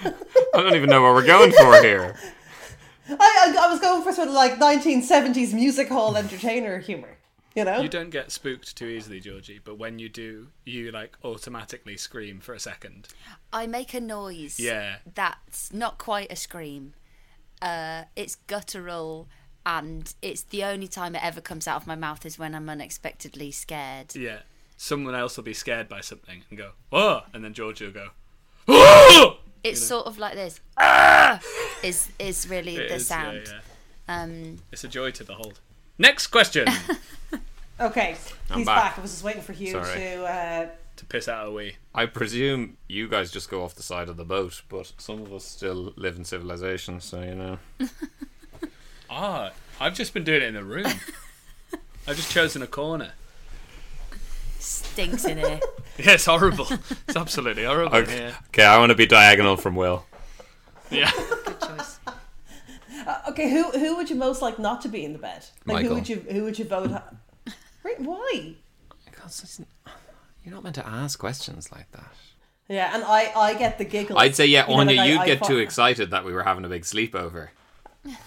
[SPEAKER 2] I don't even know what we're going for here.
[SPEAKER 5] I, I, I was going for sort of like 1970s music hall entertainer humor, you know?
[SPEAKER 3] You don't get spooked too easily, Georgie, but when you do, you like automatically scream for a second.
[SPEAKER 4] I make a noise.
[SPEAKER 3] Yeah.
[SPEAKER 4] That's not quite a scream. Uh, it's guttural, and it's the only time it ever comes out of my mouth is when I'm unexpectedly scared.
[SPEAKER 3] Yeah. Someone else will be scared by something and go, oh, and then Georgie will go, oh!
[SPEAKER 4] It's sort of like
[SPEAKER 2] [LAUGHS]
[SPEAKER 4] this. "Ah!" is is really
[SPEAKER 3] It
[SPEAKER 4] the
[SPEAKER 3] is, yeah,
[SPEAKER 4] sound.
[SPEAKER 3] yeah.
[SPEAKER 4] Um,
[SPEAKER 3] It's a joy to behold. Next
[SPEAKER 4] [LAUGHS]
[SPEAKER 3] question
[SPEAKER 5] Okay, he's
[SPEAKER 2] back.
[SPEAKER 5] back. I was just waiting for Hugh
[SPEAKER 2] Sorry.
[SPEAKER 5] to. Uh,
[SPEAKER 3] to piss out a wee.
[SPEAKER 2] I presume you guys just go off the side of the boat, but some of us still live in civilization, so you know.
[SPEAKER 3] Ah, I've just been doing it in the room. I've just chosen a corner.
[SPEAKER 4] stinks
[SPEAKER 2] [LAUGHS]
[SPEAKER 4] in here.
[SPEAKER 3] [LAUGHS] Yeah, it's horrible. It's absolutely horrible. in
[SPEAKER 2] Okay,
[SPEAKER 3] here.
[SPEAKER 2] okay I want to be diagonal from Will.
[SPEAKER 3] Yeah.
[SPEAKER 4] Good choice.
[SPEAKER 5] okay, who who would you most like not to be in the bed? Like
[SPEAKER 2] Michael.
[SPEAKER 5] who would you who would you vote? ha- Right, Why?
[SPEAKER 2] You're not meant to ask questions like that.
[SPEAKER 5] Yeah, and I I get the giggle.
[SPEAKER 2] I'd say, yeah,
[SPEAKER 5] You know,
[SPEAKER 2] Anya,
[SPEAKER 5] like, I-
[SPEAKER 2] you'd
[SPEAKER 5] I
[SPEAKER 2] get
[SPEAKER 5] fi-
[SPEAKER 2] too excited that we were having a big sleepover.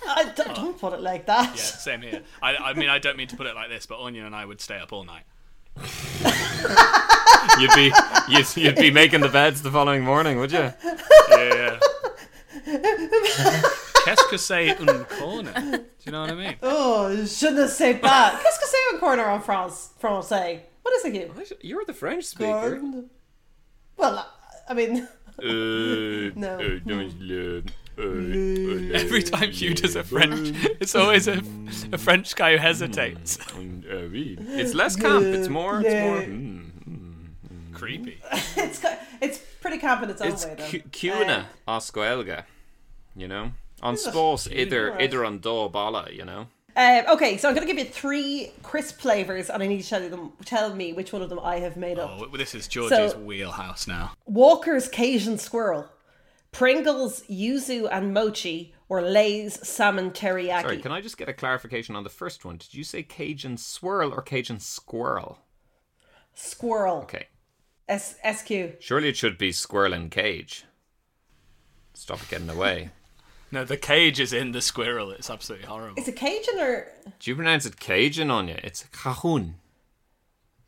[SPEAKER 5] I don't, don't put it like that.
[SPEAKER 3] [LAUGHS] Yeah, same here. I, I mean, I don't mean to put it like this, but Onion and I would stay up all night.
[SPEAKER 2] You'd be you'd, you'd be making the beds the following morning, would you?
[SPEAKER 3] Yeah. Qu'est-ce que c'est un corner? Do you know what I mean?
[SPEAKER 5] Oh, je ne sais pas. Qu'est-ce que c'est un corner en France? Français. What is it, Hugh?
[SPEAKER 2] [LAUGHS] You're the French speaker.
[SPEAKER 5] Well, I mean,
[SPEAKER 2] Euh,
[SPEAKER 5] [LAUGHS] No.
[SPEAKER 3] Every time Hugh does a French, it's always a, a French guy who hesitates.
[SPEAKER 2] Hmm. It's less camp. It's more. It's more. Mm.
[SPEAKER 3] Creepy.
[SPEAKER 5] it's ki- it's pretty camp in its own
[SPEAKER 2] It's
[SPEAKER 5] way, though.
[SPEAKER 2] cu- cuna oscuelga, you know. On sports, either
[SPEAKER 5] Alright.
[SPEAKER 2] either on do bala, you know.
[SPEAKER 5] Um, okay, so I'm going to give you three crisp flavors, and I need to tell you them. Tell me which one of them I have made up.
[SPEAKER 3] Oh, this is Georgie's
[SPEAKER 5] So-
[SPEAKER 3] wheelhouse now.
[SPEAKER 5] Walker's Cajun Squirrel, Pringles Yuzu and Mochi, or Lay's Salmon Teriyaki.
[SPEAKER 2] Sorry, can I just get a clarification on the first one? Did you say Cajun swirl or Cajun squirrel?
[SPEAKER 5] Squirrel.
[SPEAKER 2] Okay,
[SPEAKER 5] S- SQ.
[SPEAKER 2] surely it should be squirrel and cage. Stop it getting [LAUGHS] away.
[SPEAKER 3] No, the cage is in the squirrel. It's absolutely horrible.
[SPEAKER 5] Is it Cajun or [LAUGHS]
[SPEAKER 2] Do you pronounce it Cajun on you? It's cajun.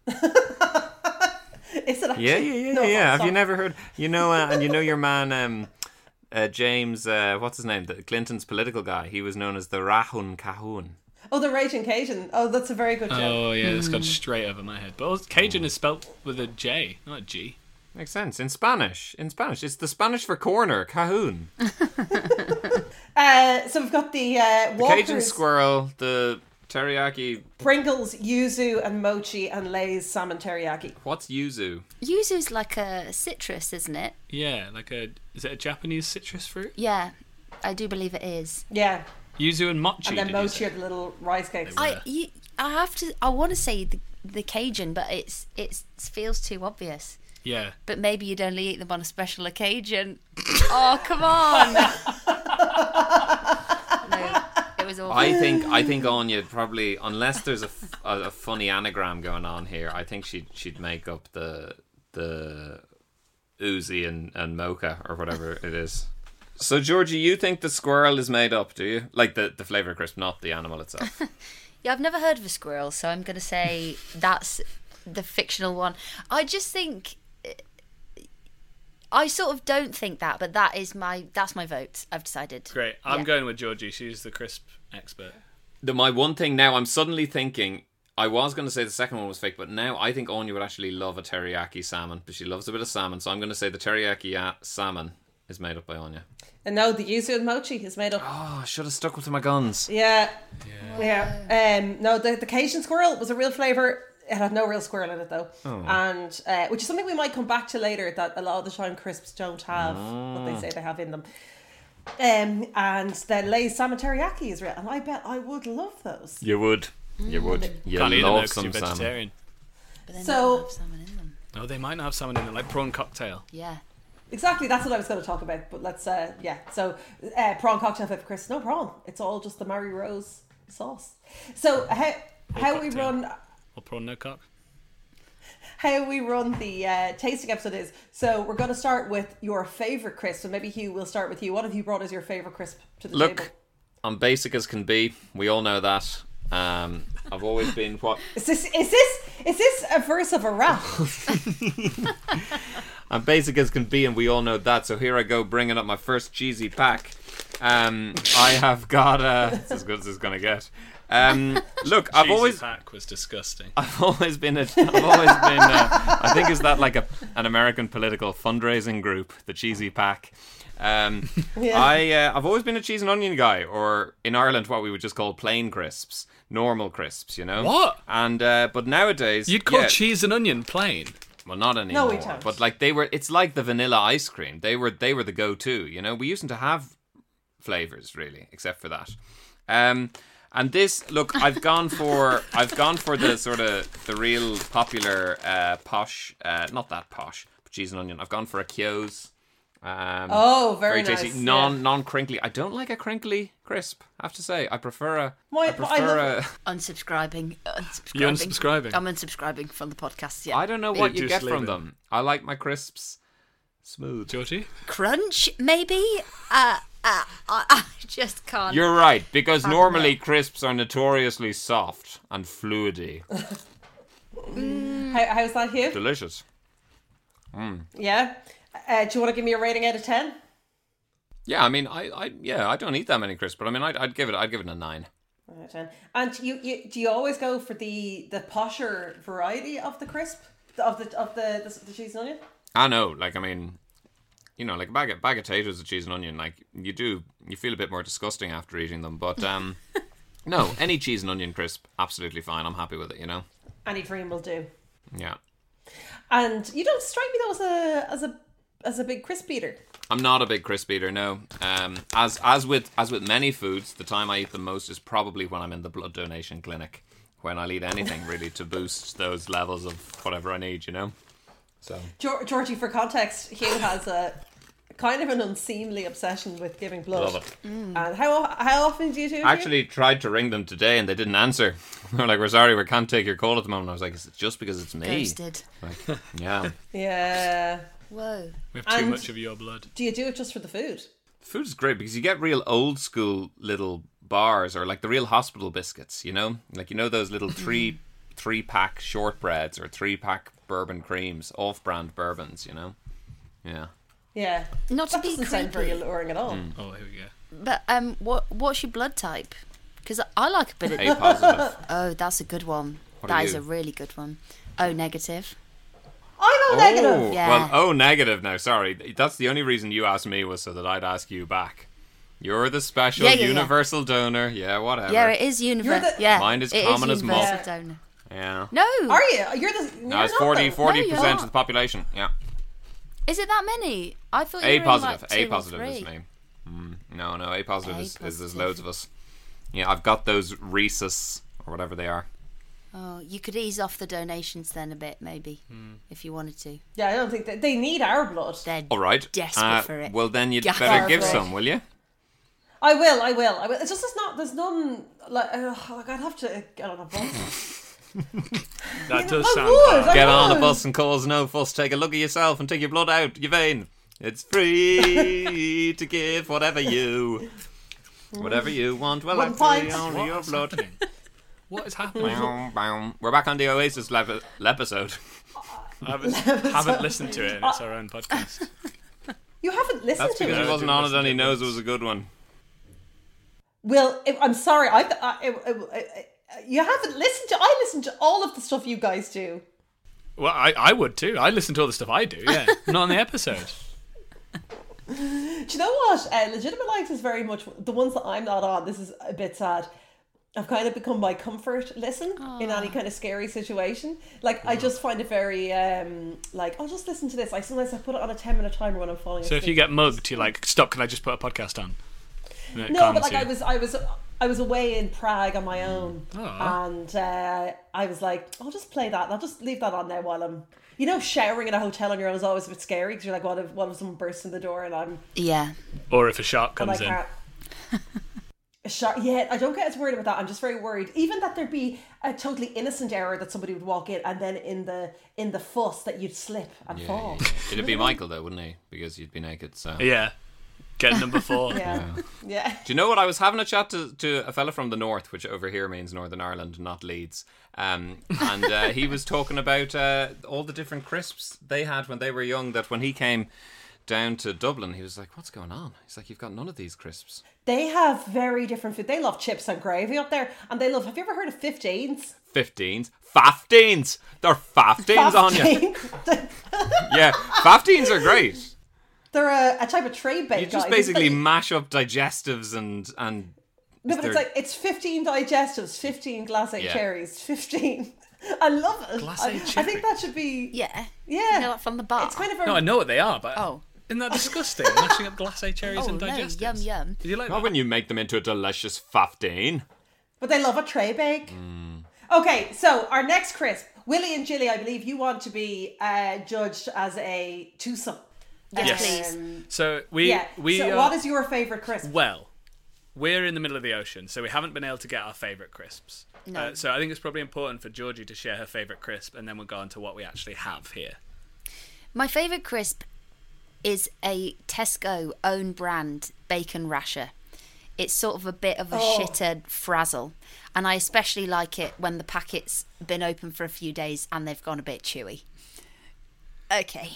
[SPEAKER 5] is it? Actually...
[SPEAKER 2] Yeah, yeah, yeah,
[SPEAKER 5] No,
[SPEAKER 2] yeah. yeah. Have
[SPEAKER 5] stop.
[SPEAKER 2] you never heard? You know, uh, and you know your man, um, uh, James. Uh, what's his name? The, Clinton's political guy. He was known as the Rahun Cajun.
[SPEAKER 5] Oh, the raging Cajun. Oh, that's a very good joke.
[SPEAKER 3] Oh yeah, this got straight over my head. But also- Cajun is spelt with a J, not a G.
[SPEAKER 2] Makes sense in Spanish. In Spanish, it's the Spanish for corner, cajun.
[SPEAKER 5] Uh, so we've got the uh,
[SPEAKER 2] Oh. The Cajun
[SPEAKER 5] Walker's,
[SPEAKER 2] squirrel, the teriyaki.
[SPEAKER 5] Pringles Yuzu and Mochi, and Lay's Salmon Teriyaki.
[SPEAKER 2] What's yuzu?
[SPEAKER 4] Yuzu's like a citrus, isn't it?
[SPEAKER 3] Yeah, like a is it a Japanese citrus fruit?
[SPEAKER 4] Yeah, I do believe it is.
[SPEAKER 5] Yeah,
[SPEAKER 3] Yuzu and mochi.
[SPEAKER 5] and then
[SPEAKER 3] did you
[SPEAKER 5] Mochi
[SPEAKER 3] say?
[SPEAKER 5] are the little rice cakes.
[SPEAKER 4] I you, I have to. I want to say the, the Cajun, but it's it's it feels too obvious.
[SPEAKER 3] Yeah.
[SPEAKER 4] But maybe you'd only eat them on a special occasion. oh come on! no, it was awful.
[SPEAKER 2] I think I think Anya probably, unless there's a, f- a- a funny anagram going on here, I think she'd she'd make up the the Uzi and and mocha or whatever it is. So Georgie, you think the squirrel is made up, do you? Like the the flavor crisp, not the animal itself.
[SPEAKER 4] Yeah, I've never heard of a squirrel, so I'm going to say that's the fictional one. I just think I sort of don't think that, but that is my that's my vote. I've decided.
[SPEAKER 3] Great. I'm
[SPEAKER 4] Yeah.
[SPEAKER 3] going with Georgie. She's the crisp expert.
[SPEAKER 2] the, my one thing now, I'm suddenly thinking. I was going to say the second one was fake, but now I think Anya would actually love a teriyaki salmon, but she loves a bit of salmon, so I'm going to say the teriyaki uh, salmon is made up by Anya.
[SPEAKER 5] And no, the yuzu and mochi is made up.
[SPEAKER 3] Ah.
[SPEAKER 2] Oh, I should have stuck with my guns.
[SPEAKER 5] Yeah. Yeah. Um, no, the, the Cajun squirrel was a real flavour. It had no real squirrel in it though, and uh, which is something we might come back to later. That a lot of the time crisps don't have what they say they have in them. Um, and the Lay's salmon teriyaki is real, and I bet I would love those.
[SPEAKER 2] You would. You would. You
[SPEAKER 3] Mm. Can't eat them though,
[SPEAKER 2] love
[SPEAKER 3] 'cause
[SPEAKER 2] some
[SPEAKER 3] you're
[SPEAKER 2] salmon.
[SPEAKER 3] vegetarian.
[SPEAKER 4] But then
[SPEAKER 5] So-
[SPEAKER 4] so, have salmon in them.
[SPEAKER 3] No, they might not have salmon in it, like prawn cocktail.
[SPEAKER 4] Yeah.
[SPEAKER 5] Exactly, that's what I was going to talk about. But let's, uh, yeah. So uh, prawn cocktail for Chris. No prawn. It's all just the Mary Rose sauce. So how how we
[SPEAKER 3] cocktail.
[SPEAKER 5] run
[SPEAKER 3] Or prawn no cock.
[SPEAKER 5] how we run the uh, tasting episode is. So we're going to start with your favorite crisp. So maybe Hugh, we'll start with you. What have you brought as your favorite crisp to the table?
[SPEAKER 2] Look, I'm basic as can be. We all know that. Um, I've always been what
[SPEAKER 5] Is this is this is this a verse of a rap?
[SPEAKER 2] I'm basic as can be, and we all know that. So here I go, bringing up my first cheesy pack. Um, I have got uh, it's as good as it's gonna get. Um, look, I've
[SPEAKER 3] Cheesy
[SPEAKER 2] always
[SPEAKER 3] pack was disgusting.
[SPEAKER 2] I've always been a, I've always been a, I think is that like a, an American political fundraising group, the Cheesy Pack. Um, I uh, I've always been a cheese and onion guy, or in Ireland what we would just call plain crisps, normal crisps, you know.
[SPEAKER 3] What?
[SPEAKER 2] And uh, but nowadays
[SPEAKER 3] You'd call
[SPEAKER 2] yeah,
[SPEAKER 3] cheese and onion plain.
[SPEAKER 2] Well, not anymore.
[SPEAKER 5] No, we don't.
[SPEAKER 2] But like they were, it's like the vanilla ice cream. They were they were the go to. You know, we used to have flavors really, except for that. Um, and this look, I've gone
[SPEAKER 5] [LAUGHS]
[SPEAKER 2] for I've gone for the sort of the real popular uh, posh, uh, not that posh, but cheese and onion. I've gone for a Kyo's. Um,
[SPEAKER 5] Oh, very nice, yeah.
[SPEAKER 2] non non crinkly. I don't like a crinkly crisp. I have to say, I prefer a.
[SPEAKER 5] Why-
[SPEAKER 2] I
[SPEAKER 5] but I
[SPEAKER 2] prefer
[SPEAKER 5] love
[SPEAKER 2] a.
[SPEAKER 4] Unsubscribing. Unsubscribing.
[SPEAKER 3] You're unsubscribing?
[SPEAKER 4] I'm unsubscribing from the podcast. Yeah.
[SPEAKER 2] I don't know what
[SPEAKER 3] You
[SPEAKER 2] you
[SPEAKER 3] just
[SPEAKER 2] get from
[SPEAKER 3] leave it.
[SPEAKER 2] them. I like my crisps smooth.
[SPEAKER 3] Georgie?
[SPEAKER 4] Crunch, maybe? Uh, uh, I, [LAUGHS] I just can't.
[SPEAKER 2] You're right, because normally crisps are notoriously soft and fluidy.
[SPEAKER 5] How, how's that, Hugh?
[SPEAKER 2] Delicious.
[SPEAKER 5] Yeah. Uh, do you want to give me a rating out of ten?
[SPEAKER 2] Yeah, I mean, I, I, yeah, I don't eat that many crisps, but I mean, I'd, I'd give it, I'd give it a nine.
[SPEAKER 5] Out of ten. And you, you do you always go for the the posher variety of the crisp of the of the the, the cheese and onion?
[SPEAKER 2] I know, like, I mean, you know, like a bag of bag of potatoes with cheese and onion, like you do, you feel a bit more disgusting after eating them, but um, no, any cheese and onion crisp, absolutely fine. I'm happy with it, you know.
[SPEAKER 5] Any dream will do.
[SPEAKER 2] Yeah,
[SPEAKER 5] And you don't strike me though as a as a as a big crisp eater.
[SPEAKER 2] I'm not a big crisp eater. No, um, as as with as with many foods, the time I eat the most is probably when I'm in the blood donation clinic, when I'll eat anything really to boost those levels of whatever I need. You know. So
[SPEAKER 5] Geor- Georgie, for context, Hugh has a kind of an unseemly obsession with giving blood. Mm.
[SPEAKER 2] Love it.
[SPEAKER 5] And how how often do you do? it, Hugh?
[SPEAKER 2] Actually, tried to ring them today and they didn't answer. [LAUGHS] They're like, "We're sorry, we can't take your call at the moment." I was like, "It's just because it's me."
[SPEAKER 4] Ghosted.
[SPEAKER 2] Like, yeah,
[SPEAKER 5] yeah.
[SPEAKER 4] Whoa.
[SPEAKER 3] We have too
[SPEAKER 5] And-
[SPEAKER 3] much of your blood.
[SPEAKER 5] Do you do it just for the food?
[SPEAKER 2] food's great because you get real old school little bars or like the real hospital biscuits. You know, like you know those
[SPEAKER 4] [CLEARS THROAT]
[SPEAKER 2] little three three pack shortbreads or three pack bourbon creams, off brand bourbons. You know, yeah.
[SPEAKER 5] Yeah.
[SPEAKER 4] Not to
[SPEAKER 5] that
[SPEAKER 4] be
[SPEAKER 5] doesn't sound very
[SPEAKER 4] creepy.
[SPEAKER 5] alluring at all.
[SPEAKER 2] Mm.
[SPEAKER 3] Oh, here we go.
[SPEAKER 4] But um, what what's your blood type? Because I like a bit of. [LAUGHS]
[SPEAKER 2] A positive.
[SPEAKER 4] Oh, that's a good one.
[SPEAKER 2] What
[SPEAKER 4] That
[SPEAKER 2] are
[SPEAKER 4] is
[SPEAKER 2] you?
[SPEAKER 4] a really good one. Oh, negative.
[SPEAKER 5] I'm all
[SPEAKER 2] oh,
[SPEAKER 5] negative.
[SPEAKER 4] Yeah.
[SPEAKER 2] well, oh, negative now. Sorry, that's the only reason you asked me was so that I'd ask you back. You're the special
[SPEAKER 4] Yeah, yeah, yeah.
[SPEAKER 2] universal donor. Yeah, whatever.
[SPEAKER 4] Yeah, it is universal.
[SPEAKER 5] You're the-
[SPEAKER 4] yeah,
[SPEAKER 2] Mine is
[SPEAKER 4] it
[SPEAKER 2] common as malt.
[SPEAKER 4] universal donor.
[SPEAKER 2] yeah.
[SPEAKER 4] No,
[SPEAKER 5] Are you? You're the. You're
[SPEAKER 2] No, it's
[SPEAKER 5] not
[SPEAKER 2] 40,
[SPEAKER 5] though.
[SPEAKER 2] 40
[SPEAKER 4] No, you're
[SPEAKER 2] percent
[SPEAKER 4] not.
[SPEAKER 2] of the population. Yeah.
[SPEAKER 4] is it that many? I thought you
[SPEAKER 2] A
[SPEAKER 4] were
[SPEAKER 2] positive.
[SPEAKER 4] In like two
[SPEAKER 2] a
[SPEAKER 4] or
[SPEAKER 2] positive is me.
[SPEAKER 4] three.
[SPEAKER 2] Mm, no, no, A positive
[SPEAKER 4] A
[SPEAKER 2] is, is there's
[SPEAKER 4] positive.
[SPEAKER 2] loads of us. Yeah, I've got those rhesus or whatever they are.
[SPEAKER 4] Oh, you could ease off the donations then a bit, maybe,
[SPEAKER 2] Hmm.
[SPEAKER 4] if you wanted to.
[SPEAKER 5] Yeah, I don't think that they need our blood.
[SPEAKER 4] Then
[SPEAKER 2] All right.
[SPEAKER 4] desperate
[SPEAKER 2] Uh,
[SPEAKER 4] for it.
[SPEAKER 2] Well, then you'd
[SPEAKER 4] Desperate
[SPEAKER 2] better give
[SPEAKER 4] for it.
[SPEAKER 2] some, will you?
[SPEAKER 5] I will. I will. I will. It's just it's not. There's none. Like, uh, like I'd have to get on
[SPEAKER 2] [LAUGHS]
[SPEAKER 5] a bus.
[SPEAKER 3] That does
[SPEAKER 5] I
[SPEAKER 3] sound
[SPEAKER 5] would,
[SPEAKER 3] bad.
[SPEAKER 5] I-
[SPEAKER 2] Get on a
[SPEAKER 5] on.
[SPEAKER 2] bus and cause no fuss. Take a look at yourself and take your blood out your vein. It's free to give whatever you, whatever you want. Well, I'm
[SPEAKER 5] Wouldn't
[SPEAKER 2] free
[SPEAKER 5] find-
[SPEAKER 2] only
[SPEAKER 3] What
[SPEAKER 2] your
[SPEAKER 3] is
[SPEAKER 2] [LAUGHS] blood.
[SPEAKER 3] happening? What is
[SPEAKER 5] [LAUGHS]
[SPEAKER 3] happening?
[SPEAKER 2] Bow, bow. We're back on the Oasis lev- episode.
[SPEAKER 3] I haven't, haven't listened to it, and
[SPEAKER 5] [LAUGHS]
[SPEAKER 3] it's our own podcast.
[SPEAKER 5] You haven't listened
[SPEAKER 2] That's
[SPEAKER 5] to
[SPEAKER 2] because
[SPEAKER 5] it.
[SPEAKER 2] he
[SPEAKER 3] I
[SPEAKER 2] wasn't
[SPEAKER 3] didn't
[SPEAKER 2] on it
[SPEAKER 3] listen
[SPEAKER 2] and he
[SPEAKER 3] to
[SPEAKER 2] knows
[SPEAKER 3] it.
[SPEAKER 2] it was a good one.
[SPEAKER 5] Well, if, I'm sorry. I, th- I, I, I, I you haven't listened to. I listen to all of the stuff you guys do.
[SPEAKER 4] [LAUGHS]
[SPEAKER 3] Well, I, I would too. I listen to all the stuff I do, yeah. Not on the episode.
[SPEAKER 5] Do you know what? Uh, Legitimate Likes is very much the ones that I'm not on. This is a bit sad. I've kind of become my comfort listen in any kind of scary situation. Like I just find it very um like I'll just listen to this. I sometimes I put it on a ten minute timer when I'm falling
[SPEAKER 3] So
[SPEAKER 5] asleep.
[SPEAKER 3] if you get mugged, you're like, stop, can I just put a podcast on? And it
[SPEAKER 5] No, but
[SPEAKER 3] calms
[SPEAKER 5] like
[SPEAKER 3] you.
[SPEAKER 5] I was, I was, I was away in Prague on my own,
[SPEAKER 3] Aw.
[SPEAKER 5] and uh, I was like, I'll just play that. And I'll just leave that on there while I'm, you know, showering in a hotel on your own is always a bit scary because you're like, what if, what if someone bursts in the door and I'm,
[SPEAKER 4] Yeah.
[SPEAKER 3] Or if a shark
[SPEAKER 5] and I
[SPEAKER 3] comes in.
[SPEAKER 5] can't.
[SPEAKER 3] [LAUGHS]
[SPEAKER 5] A Shark, yeah, I don't get as worried about that. I'm just very worried, even that there'd be a totally innocent error that somebody would walk in, and then in the in the fuss that you'd slip and
[SPEAKER 3] [LAUGHS]
[SPEAKER 5] fall.
[SPEAKER 2] [LAUGHS] It'd be Michael though, wouldn't he? Because you'd be naked. So
[SPEAKER 3] Yeah. Get number four.
[SPEAKER 5] [LAUGHS] Yeah, yeah.
[SPEAKER 2] Do you know what? I was having a chat to, to a fella from the north, which over here means Northern Ireland, not Leeds. Um, and uh, he was talking about uh, all the different crisps they had when they were young. That when he came down to Dublin, he was like, "What's going on?" He's like, "You've got none of these crisps."
[SPEAKER 5] They have very different food. They love chips and gravy up there, and they love. Have you ever heard of 15s?
[SPEAKER 2] Fifteens, fifteens. They're fifteens on you.
[SPEAKER 5] 15s.
[SPEAKER 2] [LAUGHS] Yeah, fifteens are great.
[SPEAKER 5] They're a, a type of trade bake.
[SPEAKER 2] You just
[SPEAKER 5] guys. It's
[SPEAKER 2] basically
[SPEAKER 5] like-
[SPEAKER 2] mash up digestives and and
[SPEAKER 5] no, but it's
[SPEAKER 2] they're-
[SPEAKER 5] like it's fifteen digestives, fifteen glacé
[SPEAKER 2] Yeah.
[SPEAKER 5] cherries, fifteen. [LAUGHS] I love it.
[SPEAKER 3] Glacé
[SPEAKER 5] I, I
[SPEAKER 3] cherry.
[SPEAKER 5] think that should be
[SPEAKER 4] Yeah.
[SPEAKER 5] yeah.
[SPEAKER 4] You know, like from the bar.
[SPEAKER 5] It's kind of a
[SPEAKER 3] No, I know what they are, but
[SPEAKER 4] Oh.
[SPEAKER 3] isn't that disgusting? Mashing up glacé cherries
[SPEAKER 4] [LAUGHS] Oh,
[SPEAKER 3] and
[SPEAKER 4] no,
[SPEAKER 3] digestives.
[SPEAKER 4] yum, yum.
[SPEAKER 3] Did you like
[SPEAKER 2] not
[SPEAKER 3] that?
[SPEAKER 2] when you make them into a delicious fifteen.
[SPEAKER 5] but they love a tray bake.
[SPEAKER 3] Mm.
[SPEAKER 5] Okay, so our next crisp, Willie and Jilly. I believe you want to be uh, judged as a twosome. Um,
[SPEAKER 4] Yes,
[SPEAKER 3] Yes.
[SPEAKER 4] please.
[SPEAKER 3] So we
[SPEAKER 5] yeah.
[SPEAKER 3] we
[SPEAKER 5] so,
[SPEAKER 3] are,
[SPEAKER 5] what is your favorite crisp?
[SPEAKER 3] well, we're in the middle of the ocean, so we haven't been able to get our favorite crisps. No. Uh, so I think it's probably important for Georgie to share her favorite crisp, and then we'll go on to what we actually have here.
[SPEAKER 4] My favourite crisp is a Tesco own brand bacon rasher. It's sort of a bit of a shittered frazzle, and I especially like it when the packet's been open for a few days and they've gone a bit chewy. Okay.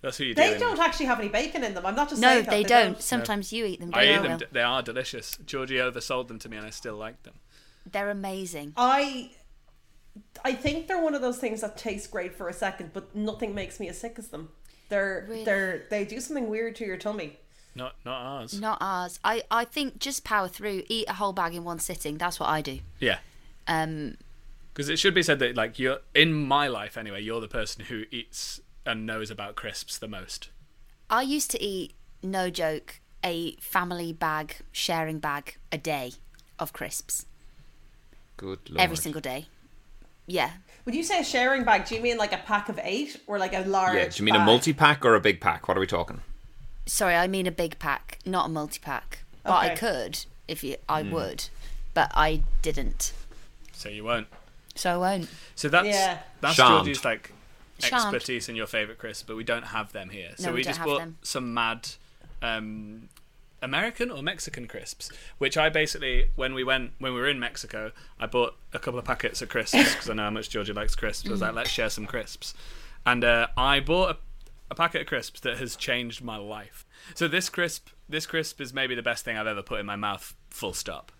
[SPEAKER 3] That's who you
[SPEAKER 5] They don't actually have any bacon in them. I'm not just
[SPEAKER 4] No,
[SPEAKER 5] saying that
[SPEAKER 4] they don't. Sometimes you eat them. Don't
[SPEAKER 3] I
[SPEAKER 4] you,
[SPEAKER 3] eat them.
[SPEAKER 4] Will?
[SPEAKER 3] They are delicious. Georgie oversold them to me, and I still like them.
[SPEAKER 4] They're amazing.
[SPEAKER 5] I I think they're one of those things that taste great for a second, but nothing makes me as sick as them. They're
[SPEAKER 4] Really?
[SPEAKER 5] they're they do something weird to your tummy.
[SPEAKER 3] Not not ours.
[SPEAKER 4] Not ours. I, I think just power through. Eat a whole bag in one sitting. That's what I do.
[SPEAKER 3] Yeah.
[SPEAKER 4] Um,
[SPEAKER 3] Because it should be said that, like, you're in my life anyway. You're the person who eats and knows about crisps the most.
[SPEAKER 4] I used to eat, no joke, a family bag, sharing bag a day of crisps
[SPEAKER 2] Good lord.
[SPEAKER 4] every single day. Yeah.
[SPEAKER 5] When you say a sharing bag, do you mean like a pack of eight or like a large?
[SPEAKER 2] Yeah, do you mean a
[SPEAKER 5] bag?
[SPEAKER 2] multi pack or a big pack? What are we talking?
[SPEAKER 4] Sorry, I mean a big pack, not a multi pack. But I
[SPEAKER 5] Okay.
[SPEAKER 4] could if you, I would, but I didn't.
[SPEAKER 3] So you won't.
[SPEAKER 4] So I won't.
[SPEAKER 3] So that's
[SPEAKER 5] Yeah.
[SPEAKER 3] that's
[SPEAKER 2] Shan't.
[SPEAKER 3] Georgie's like
[SPEAKER 4] Shan't.
[SPEAKER 3] expertise in your favorite crisp, but we don't have them here. So
[SPEAKER 4] No, we don't
[SPEAKER 3] just
[SPEAKER 4] have
[SPEAKER 3] bought
[SPEAKER 4] them.
[SPEAKER 3] some mad um, American or Mexican crisps, which I basically when we went when we were in Mexico, I bought a couple of packets of crisps because I know how much Georgie likes crisps. I was
[SPEAKER 4] Mm.
[SPEAKER 3] like, let's share some crisps, and uh, I bought a, a packet of crisps that has changed my life. So this crisp, this crisp is maybe the best thing I've ever put in my mouth. Full
[SPEAKER 4] [LAUGHS]
[SPEAKER 3] stop.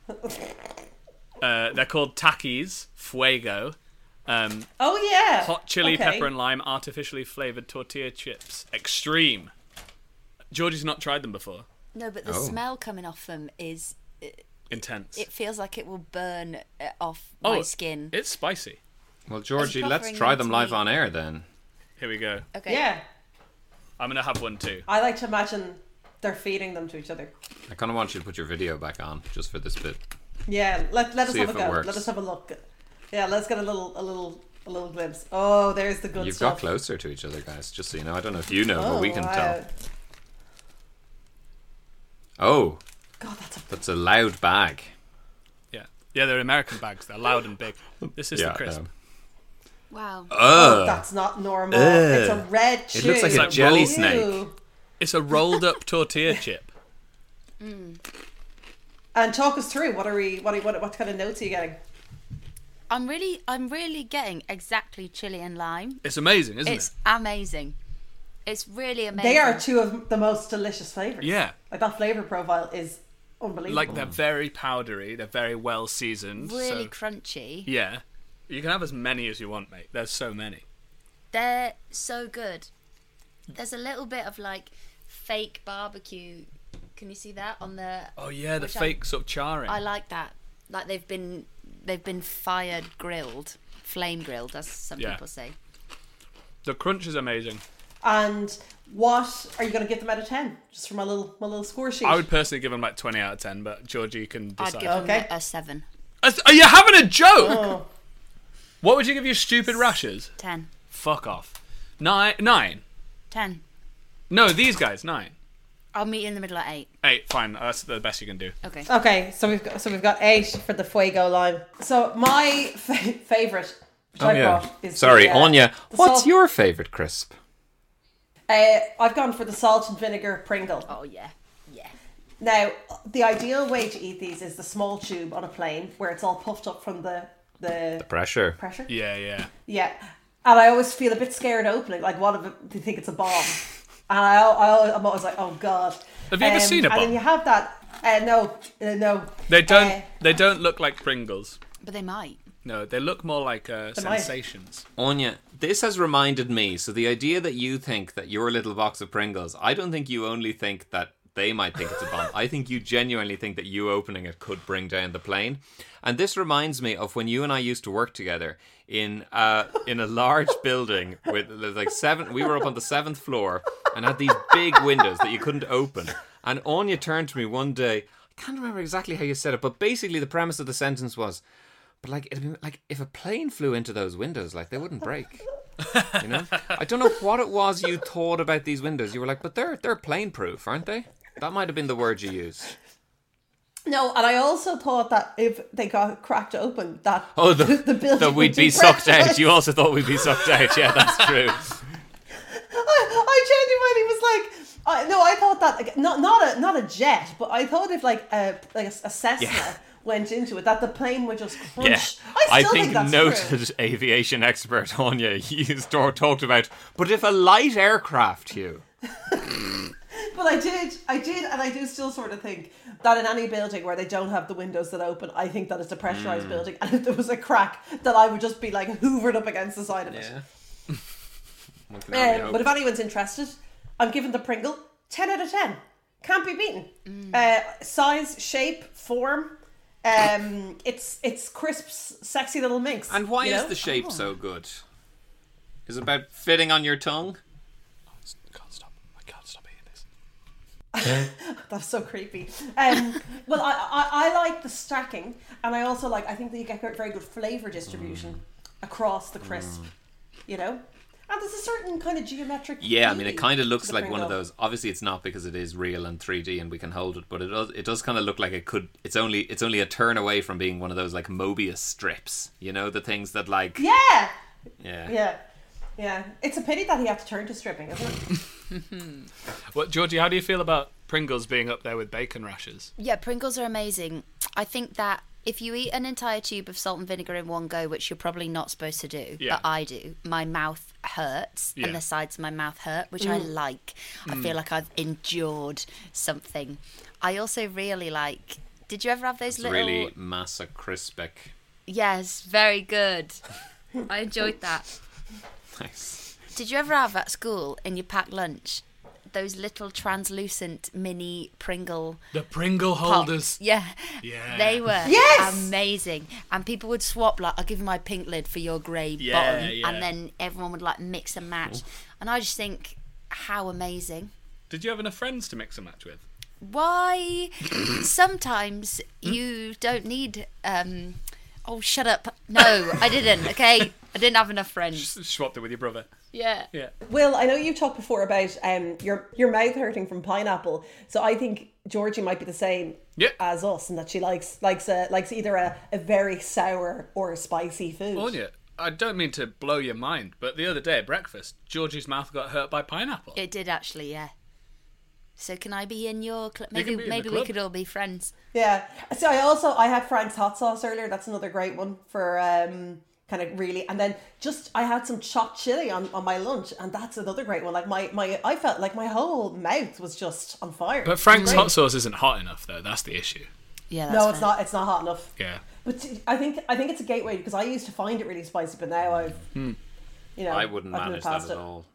[SPEAKER 3] Uh, they're called Takis Fuego. Um,
[SPEAKER 5] Oh yeah,
[SPEAKER 3] hot chili,
[SPEAKER 5] Okay.
[SPEAKER 3] pepper and lime, artificially flavored tortilla chips. Extreme. Georgie's not tried them before.
[SPEAKER 4] No, but the smell coming off them is. It,
[SPEAKER 3] Intense.
[SPEAKER 4] it feels like it will burn uh, off
[SPEAKER 3] Oh,
[SPEAKER 4] my skin.
[SPEAKER 3] It's spicy.
[SPEAKER 2] Well, Georgie,
[SPEAKER 4] It's
[SPEAKER 2] let's
[SPEAKER 4] covering
[SPEAKER 2] try
[SPEAKER 4] into
[SPEAKER 2] them live
[SPEAKER 4] me.
[SPEAKER 2] on air then.
[SPEAKER 3] Here we go.
[SPEAKER 4] okay.
[SPEAKER 5] Yeah,
[SPEAKER 3] I'm gonna have one too.
[SPEAKER 5] I like to imagine they're feeding them to each other.
[SPEAKER 2] I kind of want you to put your video back on just for this bit.
[SPEAKER 5] Yeah, let, let us
[SPEAKER 2] See
[SPEAKER 5] have a
[SPEAKER 2] if it
[SPEAKER 5] go.
[SPEAKER 2] works.
[SPEAKER 5] Let us have a look. Yeah, let's get a little a little a little glimpse. Oh, there's the good
[SPEAKER 2] You've
[SPEAKER 5] stuff.
[SPEAKER 2] got closer to each other, guys. Just so you know, I don't know if you know,
[SPEAKER 5] Oh,
[SPEAKER 2] but we can
[SPEAKER 5] wow.
[SPEAKER 2] tell. Oh,
[SPEAKER 5] God, that's a
[SPEAKER 2] that's a loud bag.
[SPEAKER 3] Yeah. Yeah, they're American bags. They're loud and big. This is
[SPEAKER 2] yeah, um,
[SPEAKER 3] the crisp.
[SPEAKER 2] no.
[SPEAKER 4] Wow.
[SPEAKER 5] oh, that's not normal. It's a red chew.
[SPEAKER 2] it looks like a
[SPEAKER 3] like
[SPEAKER 2] jelly
[SPEAKER 3] rolled-
[SPEAKER 2] snake.
[SPEAKER 3] It's a rolled up tortilla chip.
[SPEAKER 5] And talk us through what are we what are, what what kind of notes are you getting?
[SPEAKER 4] I'm really, I'm really getting exactly chili and lime.
[SPEAKER 3] It's amazing, isn't
[SPEAKER 4] It's
[SPEAKER 3] it?
[SPEAKER 4] amazing. It's really amazing.
[SPEAKER 5] They are two of the most delicious flavors.
[SPEAKER 3] Yeah.
[SPEAKER 5] like that flavor profile is unbelievable.
[SPEAKER 3] Like
[SPEAKER 2] Mm.
[SPEAKER 3] they're very powdery, they're very well seasoned.
[SPEAKER 4] really
[SPEAKER 3] so,
[SPEAKER 4] crunchy.
[SPEAKER 3] yeah. You can have as many as you want, mate. There's so many. Hmm.
[SPEAKER 4] They're so good. There's a little bit of like fake barbecue. Can you see that on the?
[SPEAKER 3] Oh yeah, the
[SPEAKER 4] Which I-
[SPEAKER 3] fake sort of charring.
[SPEAKER 4] I like that. Like they've been they've been fired grilled, flame grilled, as some
[SPEAKER 3] Yeah.
[SPEAKER 4] people say.
[SPEAKER 3] the crunch is amazing.
[SPEAKER 5] And what are you going to give them out of ten? Just for my little my little score sheet.
[SPEAKER 3] I would personally give them like twenty out of ten, but Georgie can
[SPEAKER 4] I'd
[SPEAKER 3] decide.
[SPEAKER 4] give them
[SPEAKER 5] Okay.
[SPEAKER 4] a seven,
[SPEAKER 3] Are are you having a joke? What would you give your stupid rashes?
[SPEAKER 4] ten,
[SPEAKER 3] Fuck off. Nine. Nine.
[SPEAKER 4] ten.
[SPEAKER 3] No, these guys. Nine.
[SPEAKER 4] I'll meet you in the middle at eight.
[SPEAKER 3] Eight. Fine. That's the best you can do.
[SPEAKER 4] Okay.
[SPEAKER 5] Okay, so we've got so we've got eight for the fuego lime. So my [LAUGHS] fa- favorite, which I brought, is
[SPEAKER 2] Oh, Sorry,
[SPEAKER 5] the, uh,
[SPEAKER 2] Anya.
[SPEAKER 5] the
[SPEAKER 2] What's
[SPEAKER 5] salt-
[SPEAKER 2] your favourite crisp?
[SPEAKER 5] Uh, I've gone for the salt and vinegar Pringle.
[SPEAKER 4] Oh yeah, yeah.
[SPEAKER 5] Now, the ideal way to eat these is the small tube on a plane, where it's all puffed up from the the
[SPEAKER 2] Pressure.
[SPEAKER 5] pressure.
[SPEAKER 3] Yeah, yeah.
[SPEAKER 5] Yeah, and I always feel a bit scared opening. Like, what if it- they think it's a bomb? And I, I, I'm always like, oh god. Um,
[SPEAKER 3] Have you ever seen a
[SPEAKER 5] And
[SPEAKER 3] bomb?
[SPEAKER 5] then you have that. Uh, no, uh, no.
[SPEAKER 3] They don't.
[SPEAKER 5] Uh,
[SPEAKER 3] they don't look like Pringles.
[SPEAKER 4] But they might.
[SPEAKER 3] No, they look more like uh,
[SPEAKER 5] might.
[SPEAKER 3] sensations.
[SPEAKER 2] Anya, this has reminded me. So the idea that you think that your little box of Pringles, I don't think you only think that they might think it's a bomb. I think you genuinely think that you opening it could bring down the plane. And this reminds me of when you and I used to work together in uh, in a large building with there's like seven. We were up on the seventh floor and had these big windows that you couldn't open. And Anya turned to me one day. I can't remember exactly how you said it, but basically the premise of the sentence was. But like, it'd be, like if a plane flew into those windows, like they wouldn't break. You [LAUGHS] know, I don't know what it was you thought about these windows. You were like, but they're they're plane proof, aren't they? That might have been the word you used.
[SPEAKER 5] No, and I also thought that if they got cracked open, that
[SPEAKER 2] Oh, the,
[SPEAKER 5] [LAUGHS] the building
[SPEAKER 2] that we'd
[SPEAKER 5] would
[SPEAKER 2] be
[SPEAKER 5] be
[SPEAKER 2] sucked out.
[SPEAKER 5] breathless. [LAUGHS]
[SPEAKER 2] You also thought we'd be sucked out. Yeah, that's true.
[SPEAKER 5] I, I genuinely was like, I, no, I thought that like, not not a not a jet, but I thought if like a like a, a Cessna
[SPEAKER 2] Yeah.
[SPEAKER 5] went into it, that the plane would just crunch.
[SPEAKER 2] Yeah,
[SPEAKER 5] I still think, that's true.
[SPEAKER 2] noted aviation expert Anya [LAUGHS] used or talked about. But if a light aircraft, Hugh,
[SPEAKER 5] But I did, I did, and I do still sort of think that in any building where they don't have the windows that open, I think that it's a
[SPEAKER 2] Hmm.
[SPEAKER 5] pressurized building, and if there was a crack, that I would just be like hoovered up against the side of it.
[SPEAKER 2] One can only
[SPEAKER 5] Um,
[SPEAKER 2] hope.
[SPEAKER 5] but if anyone's interested, I'm giving the Pringle 10 out of 10. Can't be beaten. Uh, size, shape, form. Um, it's it's crisp, s- sexy little minx.
[SPEAKER 2] and why
[SPEAKER 5] you
[SPEAKER 2] is
[SPEAKER 5] know? Oh.
[SPEAKER 2] the shape so good? Is it about fitting on your tongue?
[SPEAKER 3] I can't stop. I can't stop eating this.
[SPEAKER 5] That's so creepy.
[SPEAKER 2] [LAUGHS]
[SPEAKER 5] Um, well, I, I, I like the stacking, and I also like, I think that you get very good flavour
[SPEAKER 2] Mm.
[SPEAKER 5] distribution across the crisp, you know? And there's a certain kind of geometric.
[SPEAKER 2] Yeah, I mean, it
[SPEAKER 5] beauty
[SPEAKER 2] kind of
[SPEAKER 5] to
[SPEAKER 2] looks
[SPEAKER 5] the
[SPEAKER 2] like one of
[SPEAKER 5] Pringle.
[SPEAKER 2] those. Obviously, it's not because it is real and 3D and we can hold it, but it does. It does kind of look like it could. It's only. It's only a turn away from being one of those like Mobius strips. You know, the things that like. Yeah.
[SPEAKER 5] Yeah,
[SPEAKER 2] Yeah.
[SPEAKER 5] yeah, yeah. It's a pity that he had to turn to stripping, isn't it?
[SPEAKER 2] [LAUGHS]
[SPEAKER 3] Well, Georgie, how do you feel about Pringles being up there with bacon rashes?
[SPEAKER 4] Yeah, Pringles are amazing. I think that if you eat an entire tube of salt and vinegar in one go, which you're probably not supposed to do,
[SPEAKER 3] Yeah.
[SPEAKER 4] but I do, my mouth hurts
[SPEAKER 3] Yeah. Mm.
[SPEAKER 4] and the sides of my mouth hurt, which I like. I feel like I've endured something. I also really like. Did you ever have those
[SPEAKER 2] It's
[SPEAKER 4] little?
[SPEAKER 2] really massa crispic.
[SPEAKER 4] Yes, very good. I enjoyed that.
[SPEAKER 2] [LAUGHS] Nice.
[SPEAKER 4] Did you ever have at school in your packed lunch those little translucent mini Pringle
[SPEAKER 3] The Pringle
[SPEAKER 4] pops.
[SPEAKER 3] holders.
[SPEAKER 4] Yeah.
[SPEAKER 3] Yeah.
[SPEAKER 4] They were
[SPEAKER 5] Yes!
[SPEAKER 4] amazing. And people would swap, like, I'll give you my pink lid for your grey
[SPEAKER 3] Yeah,
[SPEAKER 4] bottom.
[SPEAKER 3] yeah.
[SPEAKER 4] And then everyone would, like, mix and match. And I just think, how amazing.
[SPEAKER 3] Did you have enough friends to mix and match with? [COUGHS]
[SPEAKER 4] Why? Sometimes
[SPEAKER 3] Hmm?
[SPEAKER 4] you don't need. um Oh, shut up. No,
[SPEAKER 3] [LAUGHS]
[SPEAKER 4] I didn't, okay? I didn't have enough friends.
[SPEAKER 3] Swapped it with your brother.
[SPEAKER 4] Yeah.
[SPEAKER 3] Yeah.
[SPEAKER 5] Will, I know you talked before about um, your your mouth hurting from pineapple, so I think Georgie might be the same
[SPEAKER 3] Yeah.
[SPEAKER 5] as us, and that she likes likes a, likes either a, a very sour or a spicy food.
[SPEAKER 2] Oh,
[SPEAKER 3] Anya, I don't mean to blow your mind, but the other day at breakfast, Georgie's mouth got hurt by pineapple.
[SPEAKER 4] It did actually, yeah. So can I be in your club?
[SPEAKER 3] You can
[SPEAKER 4] Maybe
[SPEAKER 3] be in the
[SPEAKER 4] maybe we
[SPEAKER 3] club.
[SPEAKER 4] could all be friends.
[SPEAKER 5] Yeah. So I also I had Frank's hot sauce earlier. That's another great one for um, kind of really. And then just I had some chopped chili on, on my lunch, and that's another great one. Like my my I felt like my whole mouth was just on fire.
[SPEAKER 3] But Frank's
[SPEAKER 5] Great.
[SPEAKER 3] hot sauce isn't hot enough, though. That's the issue.
[SPEAKER 4] Yeah, that's
[SPEAKER 5] No, it's
[SPEAKER 4] fair.
[SPEAKER 5] not. It's not hot enough.
[SPEAKER 3] Yeah.
[SPEAKER 5] But t- I think I think it's a
[SPEAKER 3] Hmm.
[SPEAKER 5] gateway because I used to find it really spicy, but now I've you know
[SPEAKER 2] I wouldn't
[SPEAKER 5] I've
[SPEAKER 2] manage
[SPEAKER 5] moved
[SPEAKER 2] that
[SPEAKER 5] past
[SPEAKER 2] at
[SPEAKER 5] it.
[SPEAKER 2] all.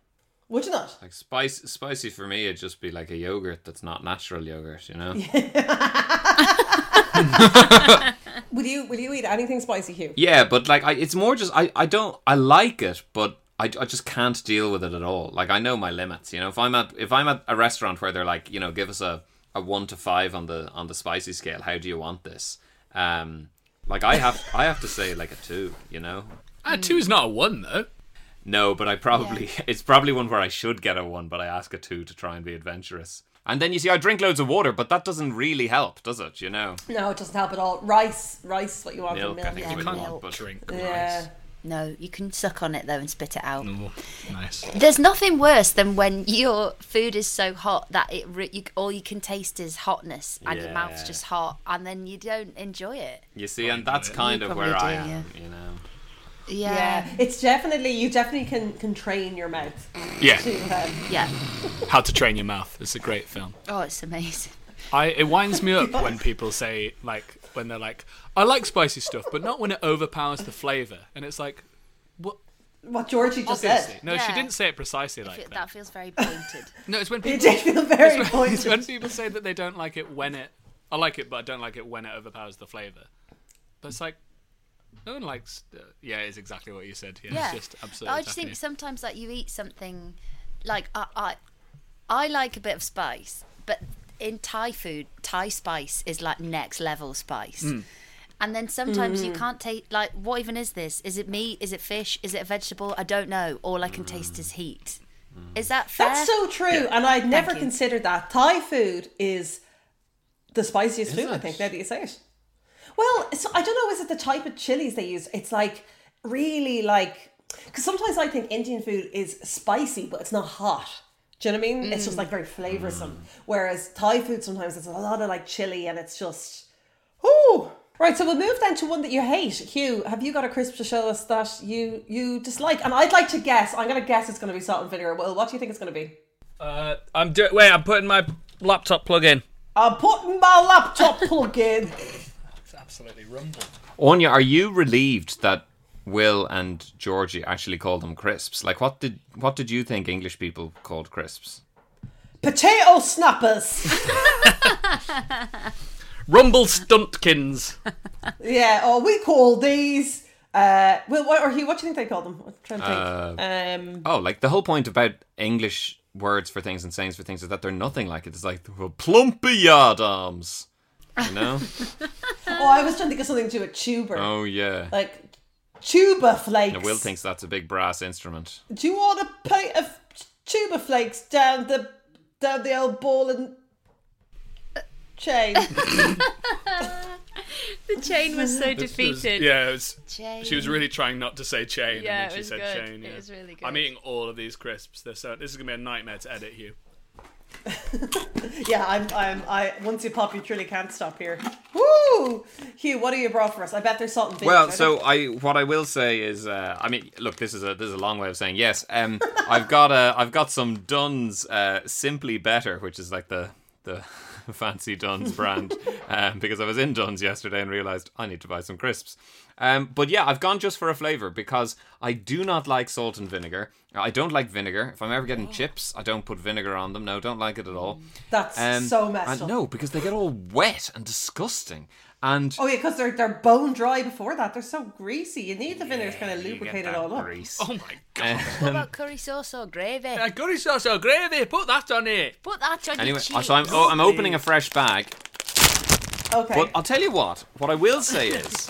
[SPEAKER 5] Would you not?
[SPEAKER 2] Like spice, spicy for me, it'd just be like a yogurt that's not natural yogurt, you know.
[SPEAKER 5] Will you? Will you eat anything spicy, Hugh?
[SPEAKER 2] Yeah, but like, I, it's more just I, I don't I like it, but I, I just can't deal with it at all. Like I know my limits, you know. If I'm at if I'm at a restaurant where they're like, you know, give us a, a one to five on the on the spicy scale. How do you want this? Um, like I have I have to say like a two, you know.
[SPEAKER 3] Ah, two is not a one though.
[SPEAKER 2] No, but I probably [LAUGHS] it's probably one where I should get a one, but I ask a two to try and be adventurous. And then you see I drink loads of water, but that doesn't really help, does it? You know,
[SPEAKER 5] No, it doesn't help at all. Rice, rice, what you want
[SPEAKER 2] milk.
[SPEAKER 5] from
[SPEAKER 2] I
[SPEAKER 5] milk.
[SPEAKER 2] think
[SPEAKER 4] yeah,
[SPEAKER 2] you would want,
[SPEAKER 4] milk.
[SPEAKER 2] but
[SPEAKER 3] Drink
[SPEAKER 5] Yeah.
[SPEAKER 4] No, you can suck on it though and spit it out.
[SPEAKER 3] nice. Oh, nice.
[SPEAKER 4] There's nothing worse than when your food is so hot that it re- you, all you can taste is hotness and your mouth's
[SPEAKER 2] Yeah.
[SPEAKER 4] just hot, and then you don't enjoy it.
[SPEAKER 2] you see, and that's kind of
[SPEAKER 4] probably
[SPEAKER 2] where I
[SPEAKER 4] do,
[SPEAKER 2] am, you know.
[SPEAKER 5] Yeah,
[SPEAKER 4] Yeah,
[SPEAKER 5] it's definitely you definitely can can train your mouth.
[SPEAKER 3] Yeah.
[SPEAKER 5] Um,
[SPEAKER 4] yeah.
[SPEAKER 3] How to Train Your Mouth. It's a great film.
[SPEAKER 4] Oh, it's amazing.
[SPEAKER 3] I it winds me up when people say like when they're like, I like spicy stuff, but not when it overpowers the flavour. And it's like, what?
[SPEAKER 5] what Georgie just
[SPEAKER 3] Obviously,
[SPEAKER 5] said.
[SPEAKER 3] no, she
[SPEAKER 4] Yeah.
[SPEAKER 3] didn't say it precisely
[SPEAKER 4] Fe-
[SPEAKER 3] like that.
[SPEAKER 4] that feels very pointed.
[SPEAKER 3] No, it's when people
[SPEAKER 5] It did feel very
[SPEAKER 3] it's when, [LAUGHS] it's when
[SPEAKER 5] pointed.
[SPEAKER 3] people say that they don't like it when it. I like it, but I don't like it when it overpowers the flavour. But it's like, no one likes. Uh, yeah, it's exactly what you said. Yeah,
[SPEAKER 4] yeah,
[SPEAKER 3] it's just absolutely.
[SPEAKER 4] I just think sometimes like you eat something, like I, I, I like a bit of spice, but in Thai food, Thai spice is like next level spice. And then sometimes
[SPEAKER 5] Mm.
[SPEAKER 4] you can't take like what even is this? Is it meat? Is it fish? Is it a vegetable? I don't know. All I can taste is heat. Is that fair?
[SPEAKER 5] That's so true, and I'd never
[SPEAKER 4] you.
[SPEAKER 5] considered that. Thai food is the spiciest food. I
[SPEAKER 2] it?
[SPEAKER 5] think now that you say it. Well, so I don't know. Is it the type of chilies they use? It's like really like because sometimes I think Indian food is spicy, but it's not hot. Do you know what I mean? It's just like very flavoursome. Whereas Thai food sometimes it's a lot of like chili, and it's just Ooh. Right, so we'll move then to one that you hate. Hugh, have you got a crisp to show us that you you dislike? And I'd like to guess. I'm going to guess it's going to be salt and vinegar. Well, what do you think it's going to be?
[SPEAKER 3] Uh, I'm do- wait. I'm putting my laptop plug in.
[SPEAKER 5] I'm putting my laptop plug in. [LAUGHS]
[SPEAKER 3] It's absolutely rumbled.
[SPEAKER 2] Anya, are you relieved that Will and Georgie actually called them crisps? Like, what did what did you think English people called crisps?
[SPEAKER 5] Potato snappers. [LAUGHS]
[SPEAKER 6] [LAUGHS]
[SPEAKER 3] Rumble stuntkins.
[SPEAKER 5] yeah, or we call these. Uh, well, what, or Hugh, what do you think they call them? I'm trying to think. um,
[SPEAKER 2] Oh, like the whole point about English words for things and sayings for things is that they're nothing like it. It's like well, plumpy yardams, you know?
[SPEAKER 5] oh, I was trying to think of something to a tuber.
[SPEAKER 2] oh yeah.
[SPEAKER 5] Like tuber flakes.
[SPEAKER 2] Now, Will thinks that's a big brass instrument.
[SPEAKER 5] Do you want a plate of tuber flakes down the down the old ball and
[SPEAKER 2] [LAUGHS]
[SPEAKER 5] chain?
[SPEAKER 6] The chain was
[SPEAKER 5] [LAUGHS]
[SPEAKER 6] so defeated.
[SPEAKER 3] yeah, it was,
[SPEAKER 4] Chain.
[SPEAKER 3] she was really trying not to say chain,
[SPEAKER 6] Yeah,
[SPEAKER 3] and then
[SPEAKER 6] it
[SPEAKER 3] she
[SPEAKER 6] was
[SPEAKER 3] said
[SPEAKER 6] good.
[SPEAKER 3] chain.
[SPEAKER 6] It
[SPEAKER 3] yeah.
[SPEAKER 6] was really
[SPEAKER 3] I'm
[SPEAKER 6] good.
[SPEAKER 3] eating all of these crisps. They're so. This is gonna be a nightmare to edit, Hugh.
[SPEAKER 5] yeah, I'm, I'm. I once you pop, you truly can't stop here. Woo, Hugh, what have you brought for us? I bet there's salt and vinegar.
[SPEAKER 2] Well, so I what I will say is, uh, I mean, look, this is a this is a long way of saying yes. Um, I've got a I've got some Duns uh, simply better, which is like the the [LAUGHS] fancy Duns brand, [LAUGHS] um, because I was in Duns yesterday and realized I need to buy some crisps. Um, but yeah, I've gone just for a flavor because I do not like salt and vinegar. I don't like vinegar. If I'm ever
[SPEAKER 5] Oh.
[SPEAKER 2] getting chips, I don't put vinegar on them. No, don't like it at all.
[SPEAKER 5] that's
[SPEAKER 2] Um,
[SPEAKER 5] so messed
[SPEAKER 2] and
[SPEAKER 5] up.
[SPEAKER 2] No, because they get all wet and disgusting. And
[SPEAKER 5] Oh yeah, because they're they're bone dry before that. They're so greasy. You need the vinegar to kind of
[SPEAKER 2] You get
[SPEAKER 5] lubricate it
[SPEAKER 2] that
[SPEAKER 5] all up.
[SPEAKER 2] grease.
[SPEAKER 3] Oh my god!
[SPEAKER 4] What about curry sauce or gravy?
[SPEAKER 3] Uh, curry sauce or gravy? Put that on it.
[SPEAKER 4] Put that on
[SPEAKER 2] Anyway,
[SPEAKER 4] your cheek.
[SPEAKER 2] so I'm oh, I'm opening a fresh bag,
[SPEAKER 5] Okay.
[SPEAKER 2] but uh, I'll tell you what. What I will say is,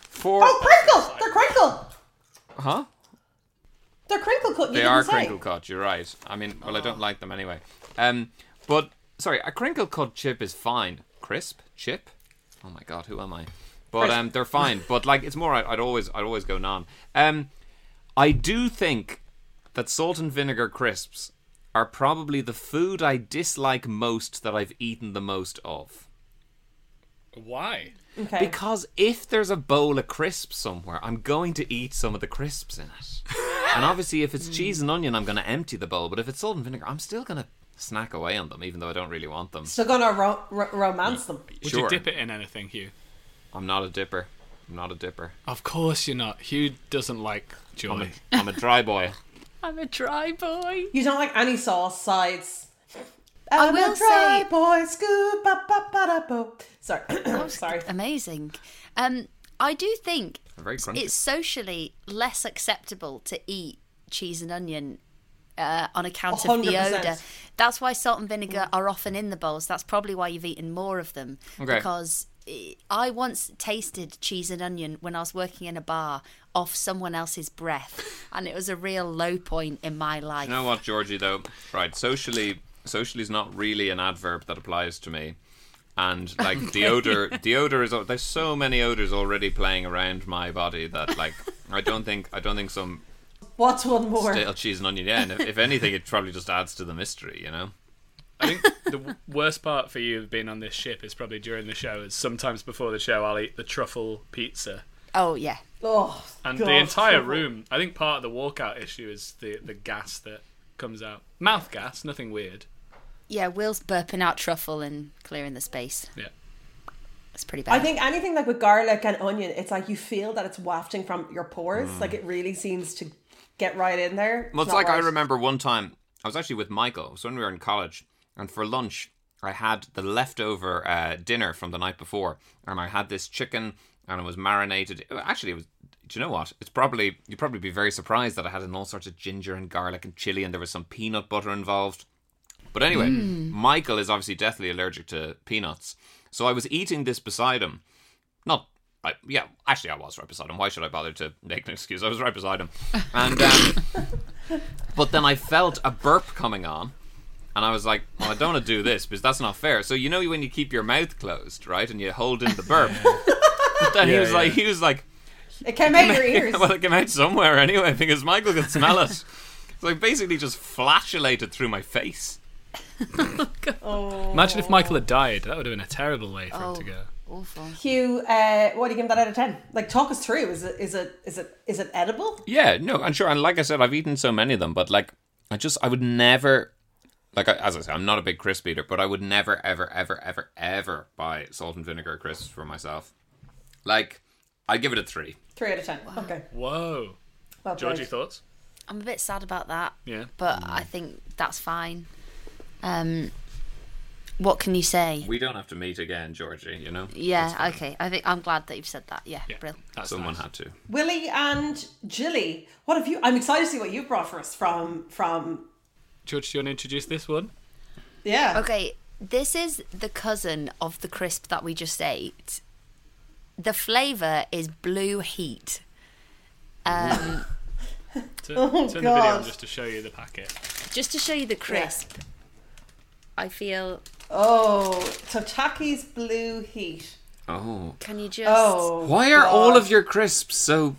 [SPEAKER 2] for
[SPEAKER 5] oh, crinkle! They're crinkle.
[SPEAKER 2] huh,
[SPEAKER 5] They're crinkle cut. you
[SPEAKER 2] they
[SPEAKER 5] didn't
[SPEAKER 2] are
[SPEAKER 5] say.
[SPEAKER 2] crinkle cut. You're right. I mean, well, I don't like them anyway. Um, but sorry, a crinkle cut chip is fine. Crisp chip. Oh my god, who am I? But um, they're fine. But like, it's more. I'd, I'd always I'd always go non. Um, I do think that salt and vinegar crisps are probably the food I dislike most that I've eaten the most of.
[SPEAKER 3] Why?
[SPEAKER 5] Okay.
[SPEAKER 2] Because if there's a bowl of crisps somewhere, I'm going to eat some of the crisps in
[SPEAKER 3] [LAUGHS]
[SPEAKER 2] it. and obviously, if it's cheese and onion, I'm going to empty the bowl. But if it's salt and vinegar, I'm still going to snack away on them, even though I don't really want them.
[SPEAKER 5] so gonna ro- ro- romance them.
[SPEAKER 3] Would
[SPEAKER 2] sure,
[SPEAKER 3] you dip it in anything, Hugh?
[SPEAKER 2] I'm not a dipper. I'm not a dipper.
[SPEAKER 3] Oh. Of course you're not. Hugh doesn't like joy.
[SPEAKER 2] I'm a dry boy.
[SPEAKER 6] I'm a dry boy.
[SPEAKER 5] You don't like any sauce sides.
[SPEAKER 4] I
[SPEAKER 5] I'm
[SPEAKER 4] will
[SPEAKER 5] a dry
[SPEAKER 4] say-
[SPEAKER 5] boy, scoop, ba, ba, ba, da, bo.
[SPEAKER 4] [COUGHS]
[SPEAKER 5] [COUGHS] Sorry, sorry.
[SPEAKER 4] Amazing. Um, I do think
[SPEAKER 2] Very crunchy.
[SPEAKER 4] it's socially less acceptable to eat cheese and onion uh, on account of the
[SPEAKER 5] 100%.
[SPEAKER 4] odor. That's why salt and vinegar are often in the bowls. That's probably why you've eaten more of them
[SPEAKER 2] Okay.
[SPEAKER 4] because. i- I once tasted cheese and onion when I was working in a bar off someone else's breath, and it was a real low point in my life.
[SPEAKER 2] You know what, Georgie? Though, right? Socially, socially is not really an adverb that applies to me.
[SPEAKER 3] [LAUGHS]
[SPEAKER 2] And like the odor, the odor is. al- There's so many odors already playing around my body that like I don't think I don't think some
[SPEAKER 5] What's one more?
[SPEAKER 2] stale cheese and onion. Yeah, and if, if anything, it probably just adds to the mystery. You know.
[SPEAKER 3] I think the w- worst part for you of being on this ship is probably during the show. Is sometimes before the show, I'll eat the truffle pizza,
[SPEAKER 4] Oh yeah,
[SPEAKER 5] Oh,
[SPEAKER 3] and
[SPEAKER 5] God.
[SPEAKER 3] the entire room. I think part of the walkout issue is the the gas that comes out, mouth gas, nothing weird.
[SPEAKER 4] yeah. Will's burping out truffle and clearing the space.
[SPEAKER 3] Yeah,
[SPEAKER 4] It's pretty bad.
[SPEAKER 5] I think anything like with garlic and onion, it's like you feel that it's wafting from your pores. Like it really seems to get right in there.
[SPEAKER 2] Mm. Well, it's
[SPEAKER 5] not
[SPEAKER 2] like I
[SPEAKER 5] right.
[SPEAKER 2] remember one time I was actually with Michael. It was when we were in college, and for lunch I had the leftover uh, dinner from the night before, and I had this chicken, and it was marinated. Actually, it was. Do you know what? It's probably you'd probably be very surprised that I had in all sorts of ginger and garlic and chili, and there was some peanut butter involved. But anyway, Michael is obviously deathly allergic to peanuts, so I was eating this beside him not I, yeah actually i was right beside him why should i bother to make an excuse i was right beside him and um, [LAUGHS] but then i felt a burp coming on and i was like well i don't want to do this because that's not fair so you know when you keep your mouth closed right and you hold in the burp [LAUGHS] but then he
[SPEAKER 3] Yeah,
[SPEAKER 2] was like
[SPEAKER 3] yeah.
[SPEAKER 2] he was like
[SPEAKER 5] It came out [LAUGHS] your ears.
[SPEAKER 2] well it came out somewhere anyway because michael could smell it so i basically just flatulated through my face
[SPEAKER 3] imagine if Michael had died. That would have been a terrible way for him
[SPEAKER 4] oh,
[SPEAKER 3] to go.
[SPEAKER 4] awful.
[SPEAKER 5] Hugh, uh, what do you give that out of ten? Like, talk us through. Is it is it is it is it edible?
[SPEAKER 2] Yeah, no, and sure, and like I said, I've eaten so many of them, but like, I just, I would never, like, I, as I said, I'm not a big crisp eater, but I would never, ever, ever, ever, ever buy salt and vinegar crisps for myself. Like, I'd give it a three.
[SPEAKER 5] Three out of ten. Okay.
[SPEAKER 3] Whoa,
[SPEAKER 5] Well
[SPEAKER 3] Georgie,
[SPEAKER 5] played.
[SPEAKER 3] thoughts?
[SPEAKER 4] I'm a bit sad about that.
[SPEAKER 3] Yeah.
[SPEAKER 4] But I think that's fine. Um, what can you say?
[SPEAKER 2] We don't have to meet again, Georgie, you know?
[SPEAKER 4] Yeah, okay. I think I'm glad that you've said that. Yeah,
[SPEAKER 3] Yeah, Uh,
[SPEAKER 4] brilliant.
[SPEAKER 3] that's
[SPEAKER 2] Someone
[SPEAKER 3] nice.
[SPEAKER 2] had to.
[SPEAKER 5] Willie and Jilly, what have you? I'm excited to see what you brought for us from from.
[SPEAKER 3] George, do you want to introduce this one?
[SPEAKER 5] Yeah.
[SPEAKER 4] Okay, this is the cousin of the crisp that we just ate. The flavour is blue heat. Um,
[SPEAKER 3] Turn,
[SPEAKER 5] Oh,
[SPEAKER 3] turn the video on
[SPEAKER 5] God.
[SPEAKER 3] just to show you the packet.
[SPEAKER 4] just to show you the crisp, I feel.
[SPEAKER 5] Oh, Totaki's Blue Heat.
[SPEAKER 2] Oh.
[SPEAKER 4] Can you just.
[SPEAKER 5] Oh.
[SPEAKER 2] Why are all of your crisps so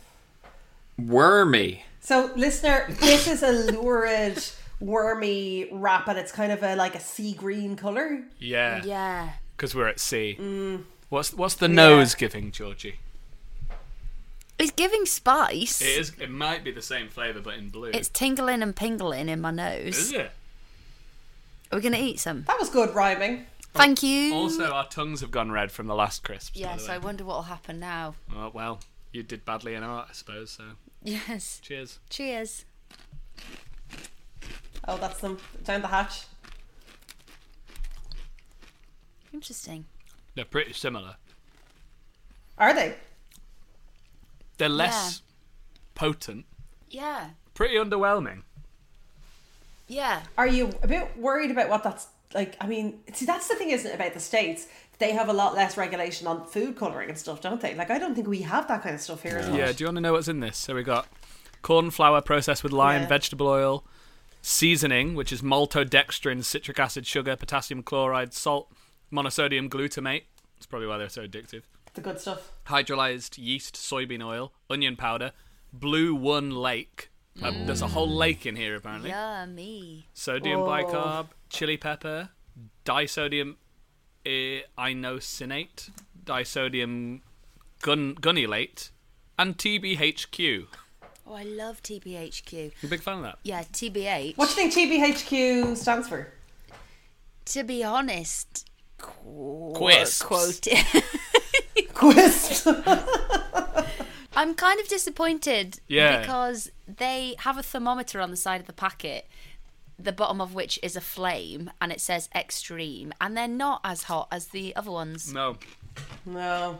[SPEAKER 2] wormy?
[SPEAKER 5] So, listener, this is a lurid, wormy wrap, and it's kind of a like a sea green color.
[SPEAKER 3] Yeah,
[SPEAKER 4] Yeah.
[SPEAKER 3] because we're at sea. What's what's the nose giving, Georgie?
[SPEAKER 4] It's giving spice.
[SPEAKER 3] It is. It might be the same flavour, but in blue.
[SPEAKER 4] It's tingling and pingling in my nose.
[SPEAKER 3] is it?
[SPEAKER 4] We're going to eat some.
[SPEAKER 5] That was good rhyming.
[SPEAKER 4] Thank you.
[SPEAKER 3] Also, our tongues have gone red from the last crisps. by
[SPEAKER 4] yeah,
[SPEAKER 3] the
[SPEAKER 4] so I
[SPEAKER 3] way.
[SPEAKER 4] wonder what will happen now.
[SPEAKER 3] Oh, well, you did badly in art, I suppose. So,
[SPEAKER 4] Yes.
[SPEAKER 3] cheers.
[SPEAKER 4] Cheers.
[SPEAKER 5] Oh, that's them down the hatch.
[SPEAKER 4] Interesting.
[SPEAKER 3] They're pretty similar.
[SPEAKER 5] Are they?
[SPEAKER 3] They're less potent.
[SPEAKER 4] Yeah.
[SPEAKER 3] Pretty underwhelming.
[SPEAKER 4] Yeah.
[SPEAKER 5] Are you a bit worried about what that's like? I mean, see, that's the thing, isn't it, about the states? They have a lot less regulation on food coloring and stuff, don't they? Like, I don't think we have that kind of stuff here. as much.
[SPEAKER 3] Yeah. Do you want to know what's in this? So we got corn flour processed with lime,
[SPEAKER 5] Yeah.
[SPEAKER 3] vegetable oil, seasoning, which is maltodextrin, citric acid, sugar, potassium chloride, salt, monosodium glutamate. That's probably why they're so addictive.
[SPEAKER 5] The good stuff.
[SPEAKER 3] hydrolyzed yeast, soybean oil, onion powder, blue one lake. Uh, there's a whole lake in here apparently.
[SPEAKER 4] Uh, Yummy.
[SPEAKER 3] Sodium
[SPEAKER 4] Oh.
[SPEAKER 3] bicarb, chili pepper, disodium I- inosinate, disodium gun- gunnylate, and TBHQ.
[SPEAKER 4] Oh, I love TBHQ.
[SPEAKER 3] You a big fan of that?
[SPEAKER 4] Yeah, TBH.
[SPEAKER 5] What do you think TBHQ stands for? [LAUGHS]
[SPEAKER 4] To be honest, qu-
[SPEAKER 3] Quisps.
[SPEAKER 4] quote. [LAUGHS]
[SPEAKER 5] Quist.
[SPEAKER 4] I'm kind of disappointed
[SPEAKER 3] Yeah.
[SPEAKER 4] because they have a thermometer on the side of the packet, the bottom of which is a flame, and it says extreme, and they're not as hot as the other ones.
[SPEAKER 3] No,
[SPEAKER 5] No.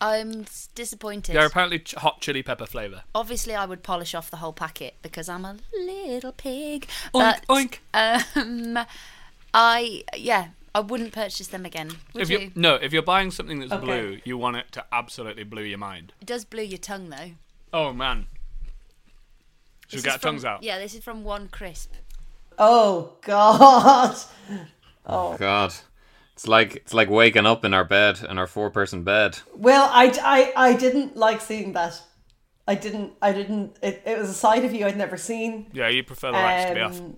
[SPEAKER 4] I'm s- disappointed.
[SPEAKER 3] they're apparently ch- hot chili pepper flavor.
[SPEAKER 4] Obviously, I would polish off the whole packet because I'm a little pig.
[SPEAKER 3] Oink,
[SPEAKER 4] but, Um, I yeah, I wouldn't purchase them again. Would
[SPEAKER 3] If
[SPEAKER 4] you?
[SPEAKER 3] you no, if you're buying something that's
[SPEAKER 5] Okay.
[SPEAKER 3] blue, you want it to absolutely blow your mind.
[SPEAKER 4] It does blew your tongue though.
[SPEAKER 3] Oh man, should we
[SPEAKER 4] This
[SPEAKER 3] get
[SPEAKER 4] is
[SPEAKER 3] our
[SPEAKER 4] from-
[SPEAKER 3] tongues out?
[SPEAKER 4] Yeah, this is from one crisp.
[SPEAKER 5] Oh God.
[SPEAKER 4] Oh.
[SPEAKER 2] Oh, God. It's like it's like waking up in our bed, in our four person bed.
[SPEAKER 5] Well, I, I, I didn't like seeing that. I didn't. I didn't. It, it was a side of you I'd never seen.
[SPEAKER 3] Yeah, you prefer the lights to be off.
[SPEAKER 5] Um,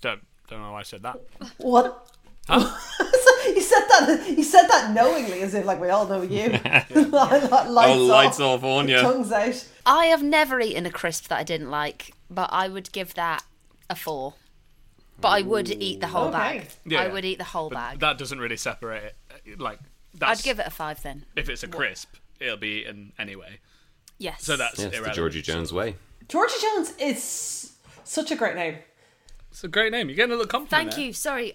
[SPEAKER 3] Don't don't know why I
[SPEAKER 4] [LAUGHS]
[SPEAKER 3] said that.
[SPEAKER 5] What? you said that. You said that knowingly, as if like we all
[SPEAKER 2] [LAUGHS]
[SPEAKER 5] know you. [LAUGHS] lights
[SPEAKER 2] oh, lights
[SPEAKER 5] off.
[SPEAKER 2] off on you.
[SPEAKER 5] Tongues out.
[SPEAKER 4] I have never eaten a crisp that I didn't like, but I would give that a four. But I would eat the whole
[SPEAKER 5] Okay.
[SPEAKER 4] bag.
[SPEAKER 3] Yeah,
[SPEAKER 4] I
[SPEAKER 3] yeah.
[SPEAKER 4] would eat the whole bag.
[SPEAKER 3] That doesn't really separate it. Uh, Like that's,
[SPEAKER 4] I'd give it a five then.
[SPEAKER 3] if it's a crisp, it'll be eaten anyway.
[SPEAKER 4] Yes.
[SPEAKER 3] So that's
[SPEAKER 2] Yes, the
[SPEAKER 3] irrelevant.
[SPEAKER 2] Georgie Jones way.
[SPEAKER 5] Georgia Jones is such a great name.
[SPEAKER 3] It's a great name. You're getting a little compliment.
[SPEAKER 4] Thank
[SPEAKER 3] there.
[SPEAKER 4] you. Sorry.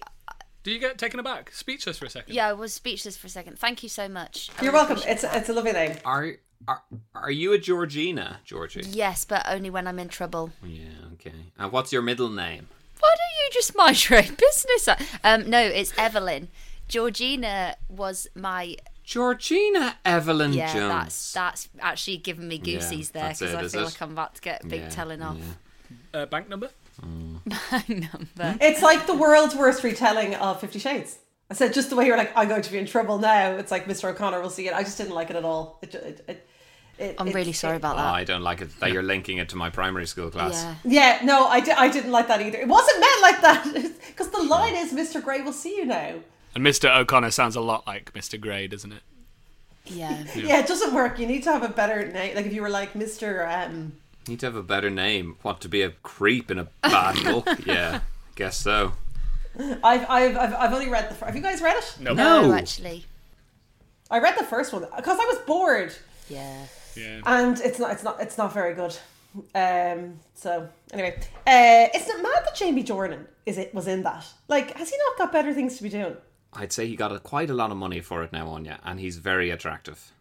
[SPEAKER 3] Do you get taken aback? Speechless for a second.
[SPEAKER 4] Yeah, I was speechless for a second. Thank you so much. I
[SPEAKER 5] You're
[SPEAKER 4] really
[SPEAKER 5] welcome.
[SPEAKER 4] appreciate
[SPEAKER 5] It's it's a lovely name.
[SPEAKER 2] Are are are you a Georgina, Georgie?
[SPEAKER 4] it. Yes, but only when I'm in trouble.
[SPEAKER 2] Oh, Yeah, okay. And what's your middle name?
[SPEAKER 4] Why don't you just mind your own business? Um, no, it's Evelyn. Georgina was my
[SPEAKER 2] Georgina Evelyn
[SPEAKER 4] yeah.
[SPEAKER 2] Jones.
[SPEAKER 4] That's that's actually given me goosies there
[SPEAKER 2] that's it,
[SPEAKER 4] because I
[SPEAKER 2] is
[SPEAKER 4] feel
[SPEAKER 2] it?
[SPEAKER 4] like I'm about to get a big
[SPEAKER 2] Yeah,
[SPEAKER 4] telling off [LAUGHS]
[SPEAKER 3] Uh, bank number?
[SPEAKER 4] number.
[SPEAKER 5] It's like the world's worst retelling of Fifty Shades. I said just the way you're like, I'm going to be in trouble now. It's like Mr. O'Connor will see it. I just didn't like it at all. It, it, it, it,
[SPEAKER 4] I'm
[SPEAKER 5] it-
[SPEAKER 4] really sorry
[SPEAKER 5] it-
[SPEAKER 4] about
[SPEAKER 2] Oh,
[SPEAKER 4] that.
[SPEAKER 2] I don't like it that you're linking it to my primary school class.
[SPEAKER 4] Yeah.
[SPEAKER 5] Yeah, no, I, di- I didn't like that either. It wasn't meant like that [LAUGHS] because the line is, "Mr. Grey will see you now."
[SPEAKER 3] And Mr. O'Connor sounds a lot like Mr. Grey, doesn't it?
[SPEAKER 4] Yeah.
[SPEAKER 2] [LAUGHS]
[SPEAKER 5] Yeah. it doesn't work. You need to have a better name. Like if you were like Mr. Um,
[SPEAKER 2] You need to have a better name. What to be a creep and a bad look? Yeah, guess so.
[SPEAKER 5] I've, I've I've I've only read the. Fir- have you guys read it?
[SPEAKER 4] No, actually.
[SPEAKER 5] I read the first one because I was bored,
[SPEAKER 4] Yeah.
[SPEAKER 3] Yeah.
[SPEAKER 5] and it's not it's not it's not very good. Um. So anyway, uh, isn't it mad that Jamie Jordan is it was in that? Like, has he not got better things to be doing?
[SPEAKER 2] I'd say he got a, quite a lot of money for it now, Anya, and he's very attractive.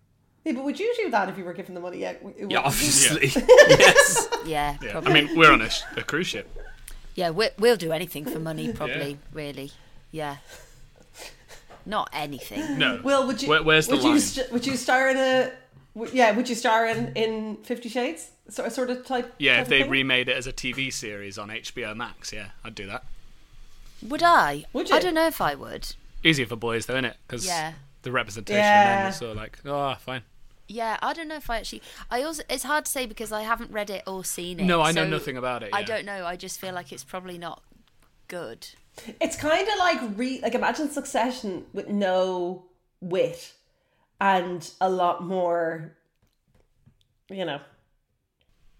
[SPEAKER 5] Yeah, but would you do that if you were given the money? Yeah. w- w-
[SPEAKER 2] Yeah,
[SPEAKER 5] [LAUGHS]
[SPEAKER 2] obviously. [LAUGHS] yes.
[SPEAKER 4] Yeah.
[SPEAKER 3] yeah. I
[SPEAKER 4] Probably.
[SPEAKER 3] mean, we're on a, sh- a cruise ship.
[SPEAKER 4] yeah. we we'll do anything for money. Probably. Really. [LAUGHS] Yeah. Not anything.
[SPEAKER 3] No.
[SPEAKER 5] Will, would you?
[SPEAKER 3] Where- where's the
[SPEAKER 5] would
[SPEAKER 3] line?
[SPEAKER 5] You st- would you star in a? w- Yeah, would you star in in Fifty Shades? Sort sort of type.
[SPEAKER 3] yeah,
[SPEAKER 5] type
[SPEAKER 3] if
[SPEAKER 5] of
[SPEAKER 3] they
[SPEAKER 5] thing?
[SPEAKER 3] remade it as a TV series on HBO Max, yeah, I'd do that.
[SPEAKER 4] Would I?
[SPEAKER 5] Would
[SPEAKER 4] I
[SPEAKER 5] you?
[SPEAKER 4] don't know if I would.
[SPEAKER 3] Easier for boys, though, innit? Because
[SPEAKER 4] Yeah.
[SPEAKER 3] the representation
[SPEAKER 5] Yeah.
[SPEAKER 3] then is sort of like, oh, fine.
[SPEAKER 4] Yeah, I don't know if I actually. I also it's hard to say because I haven't read it or seen it.
[SPEAKER 3] No, I know
[SPEAKER 4] so
[SPEAKER 3] nothing about it.
[SPEAKER 4] I
[SPEAKER 3] yeah.
[SPEAKER 4] don't know. I just feel like it's probably not good.
[SPEAKER 5] It's kind of like re like imagine Succession with no wit and a lot more, you know.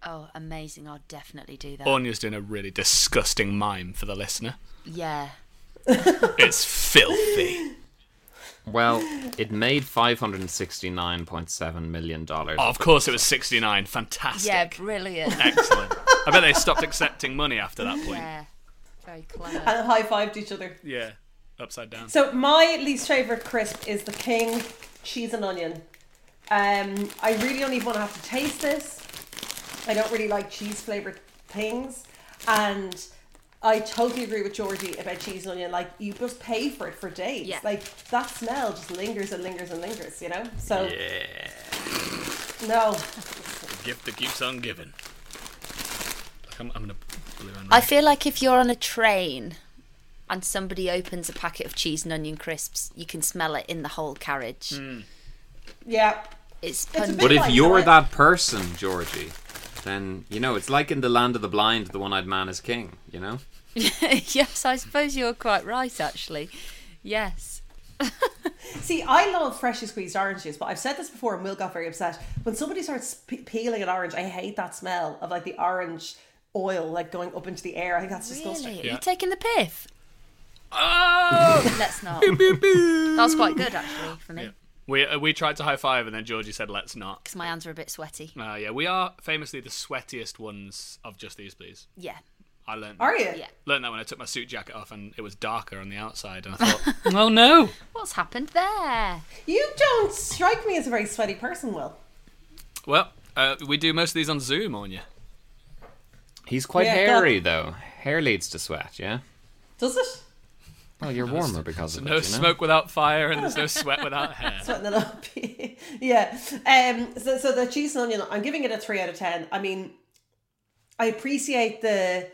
[SPEAKER 4] Oh, amazing! I'll definitely do that.
[SPEAKER 3] Anya's doing a really disgusting mime for the listener.
[SPEAKER 4] yeah.
[SPEAKER 3] It's filthy.
[SPEAKER 2] Well, it made five hundred and sixty-nine point seven million dollars.
[SPEAKER 3] Oh, of course, it was 69. Fantastic.
[SPEAKER 4] Yeah, brilliant.
[SPEAKER 3] Excellent. I bet they stopped accepting money after that [LAUGHS] point.
[SPEAKER 4] yeah. Very clever.
[SPEAKER 5] And high fived each other.
[SPEAKER 3] Yeah. Upside down.
[SPEAKER 5] So my least favorite crisp is the king cheese and onion. Um, I really don't even want to have to taste this. I don't really like cheese flavored things, and I totally agree with Georgie about cheese and onion. Like you just pay for it for days.
[SPEAKER 4] Yeah.
[SPEAKER 5] Like that smell just lingers and lingers and lingers. You know. So no,
[SPEAKER 3] gift that keeps on giving. Like, I'm, I'm gonna blue and
[SPEAKER 4] I
[SPEAKER 3] red.
[SPEAKER 4] feel like if you're on a train and somebody opens a packet of cheese and onion crisps, you can smell it in the whole carriage.
[SPEAKER 3] Mm.
[SPEAKER 5] yeah.
[SPEAKER 4] It's
[SPEAKER 5] a
[SPEAKER 4] pungent.
[SPEAKER 2] But
[SPEAKER 5] bit
[SPEAKER 2] if
[SPEAKER 5] like
[SPEAKER 2] you're
[SPEAKER 5] that.
[SPEAKER 2] that person, Georgie, then you know it's like in the land of the blind, the one-eyed man is king. You know.
[SPEAKER 4] [LAUGHS] yes, I suppose you're quite right, actually. Yes.
[SPEAKER 5] See, I love freshly squeezed oranges, but I've said this before, and Will got very upset when somebody starts pe- peeling an orange. I hate that smell of like the orange oil like going up into the air. I think that's disgusting.
[SPEAKER 4] Really? Are
[SPEAKER 3] Yeah.
[SPEAKER 4] you taking the pith?
[SPEAKER 3] Oh!
[SPEAKER 4] Let's not. that was quite good, actually, for me.
[SPEAKER 3] We uh, we tried to high five, and then Georgie said, "Let's not."
[SPEAKER 4] because my hands are a bit sweaty.
[SPEAKER 3] Uh, yeah, we are famously the sweatiest ones of just these, please.
[SPEAKER 4] Yeah.
[SPEAKER 3] I learned
[SPEAKER 5] Are you?
[SPEAKER 4] Yeah.
[SPEAKER 3] learned that when I took my suit jacket off, and it was darker on the outside, and I thought, [LAUGHS] "Oh no!"
[SPEAKER 4] What's happened there?
[SPEAKER 5] You don't strike me as a very sweaty person, Will.
[SPEAKER 3] Well, uh, we do most of these on Zoom, aren't you?
[SPEAKER 2] He's quite
[SPEAKER 5] Yeah,
[SPEAKER 2] hairy though. Hair leads to sweat, yeah.
[SPEAKER 5] Does it?
[SPEAKER 2] Well, you're warmer because of
[SPEAKER 3] No
[SPEAKER 2] it. You know?
[SPEAKER 3] smoke without fire, and there's no sweat without hair.
[SPEAKER 5] Sweating it up. [LAUGHS] yeah. Um. So, so the cheese and onion, I'm giving it a three out of ten. I mean, I appreciate the.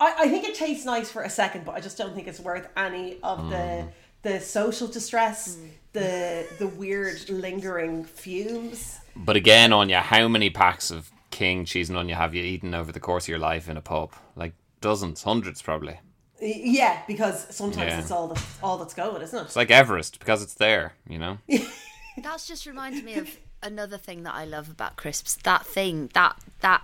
[SPEAKER 5] I, I think it tastes nice for a second, but I just don't think it's worth any of
[SPEAKER 2] Mm.
[SPEAKER 5] the the social distress, the the weird lingering fumes.
[SPEAKER 2] But again, Anya, how many packs of King cheese and onion have you eaten over the course of your life in a pub? Like dozens, hundreds probably.
[SPEAKER 5] Y- Yeah, because sometimes
[SPEAKER 2] Yeah.
[SPEAKER 5] it's all that's all that's going, isn't
[SPEAKER 2] It's
[SPEAKER 5] it?
[SPEAKER 2] like Everest because it's there, you know.
[SPEAKER 4] That's just reminded me of another thing that I love about crisps. That thing, that that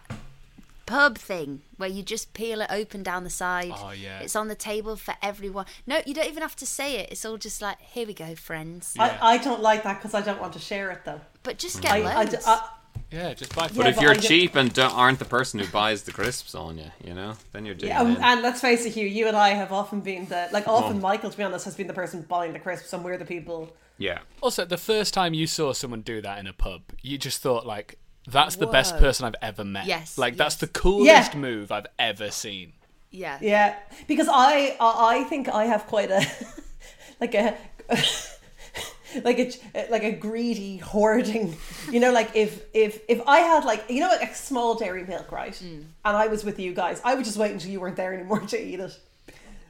[SPEAKER 4] pub thing where you just peel it open down the side.
[SPEAKER 3] Oh, yeah.
[SPEAKER 4] It's on the table for everyone. No, you don't even have to say it. It's all just like, here we go, friends.
[SPEAKER 5] I, I don't like that because I don't want to share it though.
[SPEAKER 4] But just get
[SPEAKER 5] I, I,
[SPEAKER 4] loads.
[SPEAKER 5] I-
[SPEAKER 3] [LAUGHS] Yeah, just buy.
[SPEAKER 2] But
[SPEAKER 5] Yeah,
[SPEAKER 2] if
[SPEAKER 5] but
[SPEAKER 2] you're
[SPEAKER 5] I get-
[SPEAKER 2] cheap and don't, aren't the person who buys the crisps on you, you know, then you're doing
[SPEAKER 5] Yeah, um,
[SPEAKER 2] it.
[SPEAKER 5] and let's face it, Hugh. You and I have often been the like often
[SPEAKER 2] Oh.
[SPEAKER 5] Michael, to be honest, has been the person buying the crisps, and we're the people.
[SPEAKER 2] yeah.
[SPEAKER 3] Also, the first time you saw someone do that in a pub, you just thought like, "That's the best
[SPEAKER 4] Whoa.
[SPEAKER 3] person I've ever met."
[SPEAKER 4] Yes,
[SPEAKER 3] like that's
[SPEAKER 4] yes.
[SPEAKER 3] the coolest move I've ever seen.
[SPEAKER 4] yeah.
[SPEAKER 5] Yeah, because I I I think I have quite a [LAUGHS] like a. [LAUGHS] Like a like a greedy hoarding, you know. Like if if if I had like you know like a small dairy milk, right?
[SPEAKER 4] Mm.
[SPEAKER 5] And I was with you guys, I would just wait until you weren't there anymore to eat it.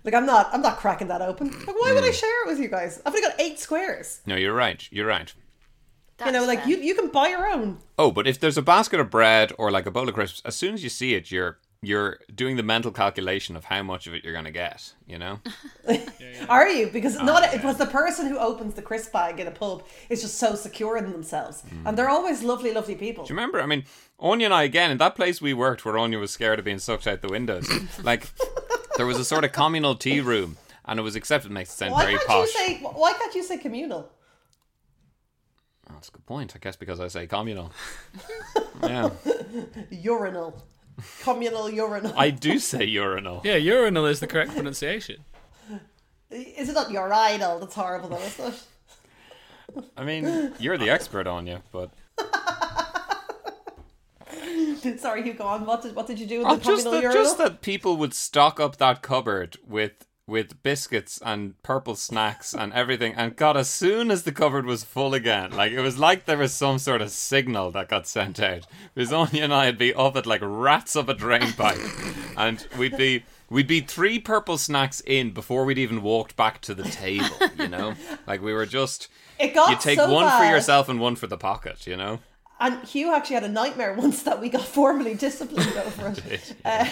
[SPEAKER 5] Like I'm not I'm not cracking that open. Like why would I
[SPEAKER 2] Mm.
[SPEAKER 5] share it with you guys? I've only got eight squares.
[SPEAKER 2] No, you're right. You're right.
[SPEAKER 5] you know,
[SPEAKER 4] That's
[SPEAKER 5] like
[SPEAKER 4] fair.
[SPEAKER 5] you you can buy your own.
[SPEAKER 2] Oh, but if there's a basket of bread or like a bowl of crisps, as soon as you see it, you're you're doing the mental calculation of how much of it you're going to get, you know?
[SPEAKER 5] Are you? Because
[SPEAKER 2] Ah,
[SPEAKER 5] not because the person who opens the crisp bag in a pub is just so secure in themselves, and they're always lovely, lovely people.
[SPEAKER 2] Mm. Do you remember? I mean, Anya and I again in that place we worked where Anya was scared of being sucked out the
[SPEAKER 5] [LAUGHS]
[SPEAKER 2] windows. like there was a sort of communal tea room, and it was accepted. Makes it sound
[SPEAKER 5] Why
[SPEAKER 2] very
[SPEAKER 5] can't
[SPEAKER 2] posh.
[SPEAKER 5] you say? Why can't you say communal?
[SPEAKER 2] Oh, that's a good point. I guess because I say communal. yeah,
[SPEAKER 5] Urinal, communal urinal.
[SPEAKER 2] I do say urinal.
[SPEAKER 3] Yeah, urinal is the correct pronunciation.
[SPEAKER 5] [LAUGHS] Is it not urinal? That's horrible, though, isn't it?
[SPEAKER 2] I mean, you're the expert, Anya, but
[SPEAKER 5] [LAUGHS] Sorry, you go on. What did what did you do with
[SPEAKER 2] Oh,
[SPEAKER 5] the
[SPEAKER 2] just,
[SPEAKER 5] communal
[SPEAKER 2] that,
[SPEAKER 5] urinal?
[SPEAKER 2] just that people would stock up that cupboard with with biscuits and purple snacks and everything and god as soon as the cupboard was full again like it was like there was some sort of signal that got sent out because Anya and i'd be up at like rats up a drain pipe and we'd be we'd be three purple snacks in before we'd even walked back to the table you know like we were just
[SPEAKER 5] It got
[SPEAKER 2] you take
[SPEAKER 5] so
[SPEAKER 2] one for
[SPEAKER 5] bad.
[SPEAKER 2] yourself and one for the pocket you know
[SPEAKER 5] And Hugh actually had a nightmare [LAUGHS] once that we got formally disciplined over
[SPEAKER 2] [LAUGHS]
[SPEAKER 5] it. Uh,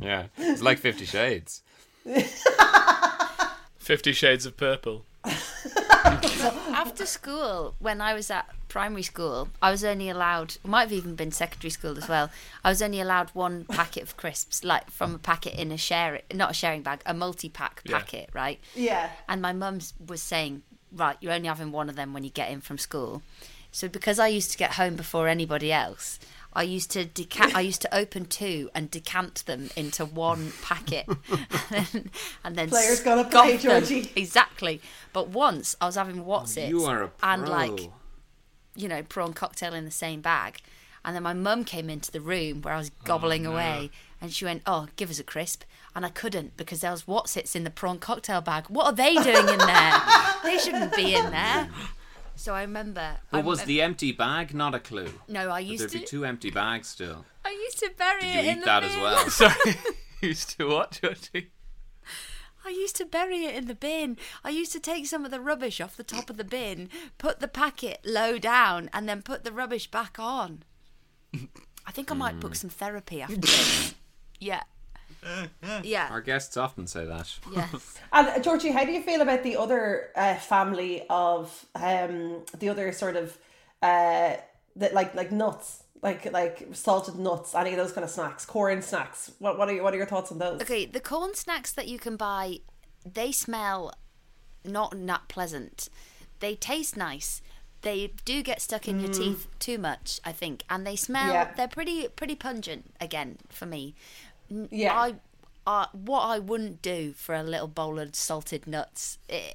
[SPEAKER 2] yeah it's like 50 shades
[SPEAKER 3] Fifty Shades of Purple.
[SPEAKER 4] After school, when I was at primary school, I was only allowed, might have even been secondary school as well, I was only allowed one packet of crisps, like from a packet in a share, not a sharing bag, a multi pack
[SPEAKER 3] Yeah.
[SPEAKER 4] packet, right?
[SPEAKER 5] yeah.
[SPEAKER 4] And my mum was saying, right, you're only having one of them when you get in from school. So because I used to get home before anybody else, I used to decant. I used to open two and decant them into one packet, [LAUGHS] and then, and then
[SPEAKER 5] Player's gonna
[SPEAKER 4] scoff
[SPEAKER 5] play,
[SPEAKER 4] them.
[SPEAKER 5] Georgie.
[SPEAKER 4] Exactly. But once I was having what's it, and like you know prawn cocktail in the same bag, and then my mum came into the room where I was
[SPEAKER 2] Oh,
[SPEAKER 4] gobbling away, and she went, "Oh, give us a crisp," and I couldn't because there was what's it's in the prawn cocktail bag. What are they doing
[SPEAKER 2] [LAUGHS]
[SPEAKER 4] in there? they shouldn't be in there. So I remember. I
[SPEAKER 2] But was
[SPEAKER 4] remem-
[SPEAKER 2] the empty bag not a clue?
[SPEAKER 4] No, I
[SPEAKER 2] Would
[SPEAKER 4] used
[SPEAKER 2] there
[SPEAKER 4] to.
[SPEAKER 2] be two empty bags still?
[SPEAKER 4] I used to bury
[SPEAKER 2] Did
[SPEAKER 4] it
[SPEAKER 2] you
[SPEAKER 4] in
[SPEAKER 2] eat
[SPEAKER 4] the
[SPEAKER 2] that
[SPEAKER 4] bin.
[SPEAKER 2] as [LAUGHS] well?
[SPEAKER 3] Sorry, used to what, [LAUGHS] Georgie?
[SPEAKER 4] I used to bury it in the bin. I used to take some of the rubbish off the top of the bin, put the packet low down, and then put the rubbish back on. I think I might book some therapy after this. [LAUGHS] Yeah. Yeah.
[SPEAKER 2] Our guests often say that.
[SPEAKER 4] Yes.
[SPEAKER 5] And uh, Georgie, how do you feel about the other uh, family of um the other sort of uh that like like nuts, like like salted nuts, any of those kind of snacks, corn snacks? What what are your, what are your thoughts on those?
[SPEAKER 4] Okay, the corn snacks that you can buy, they smell not not pleasant. They taste nice. They do get stuck in your teeth too much, I think, and they smell.
[SPEAKER 5] Yeah.
[SPEAKER 4] They're pretty pretty pungent again for me. N-
[SPEAKER 5] Yeah.
[SPEAKER 4] I, I what I wouldn't do for a little bowl of salted nuts eh,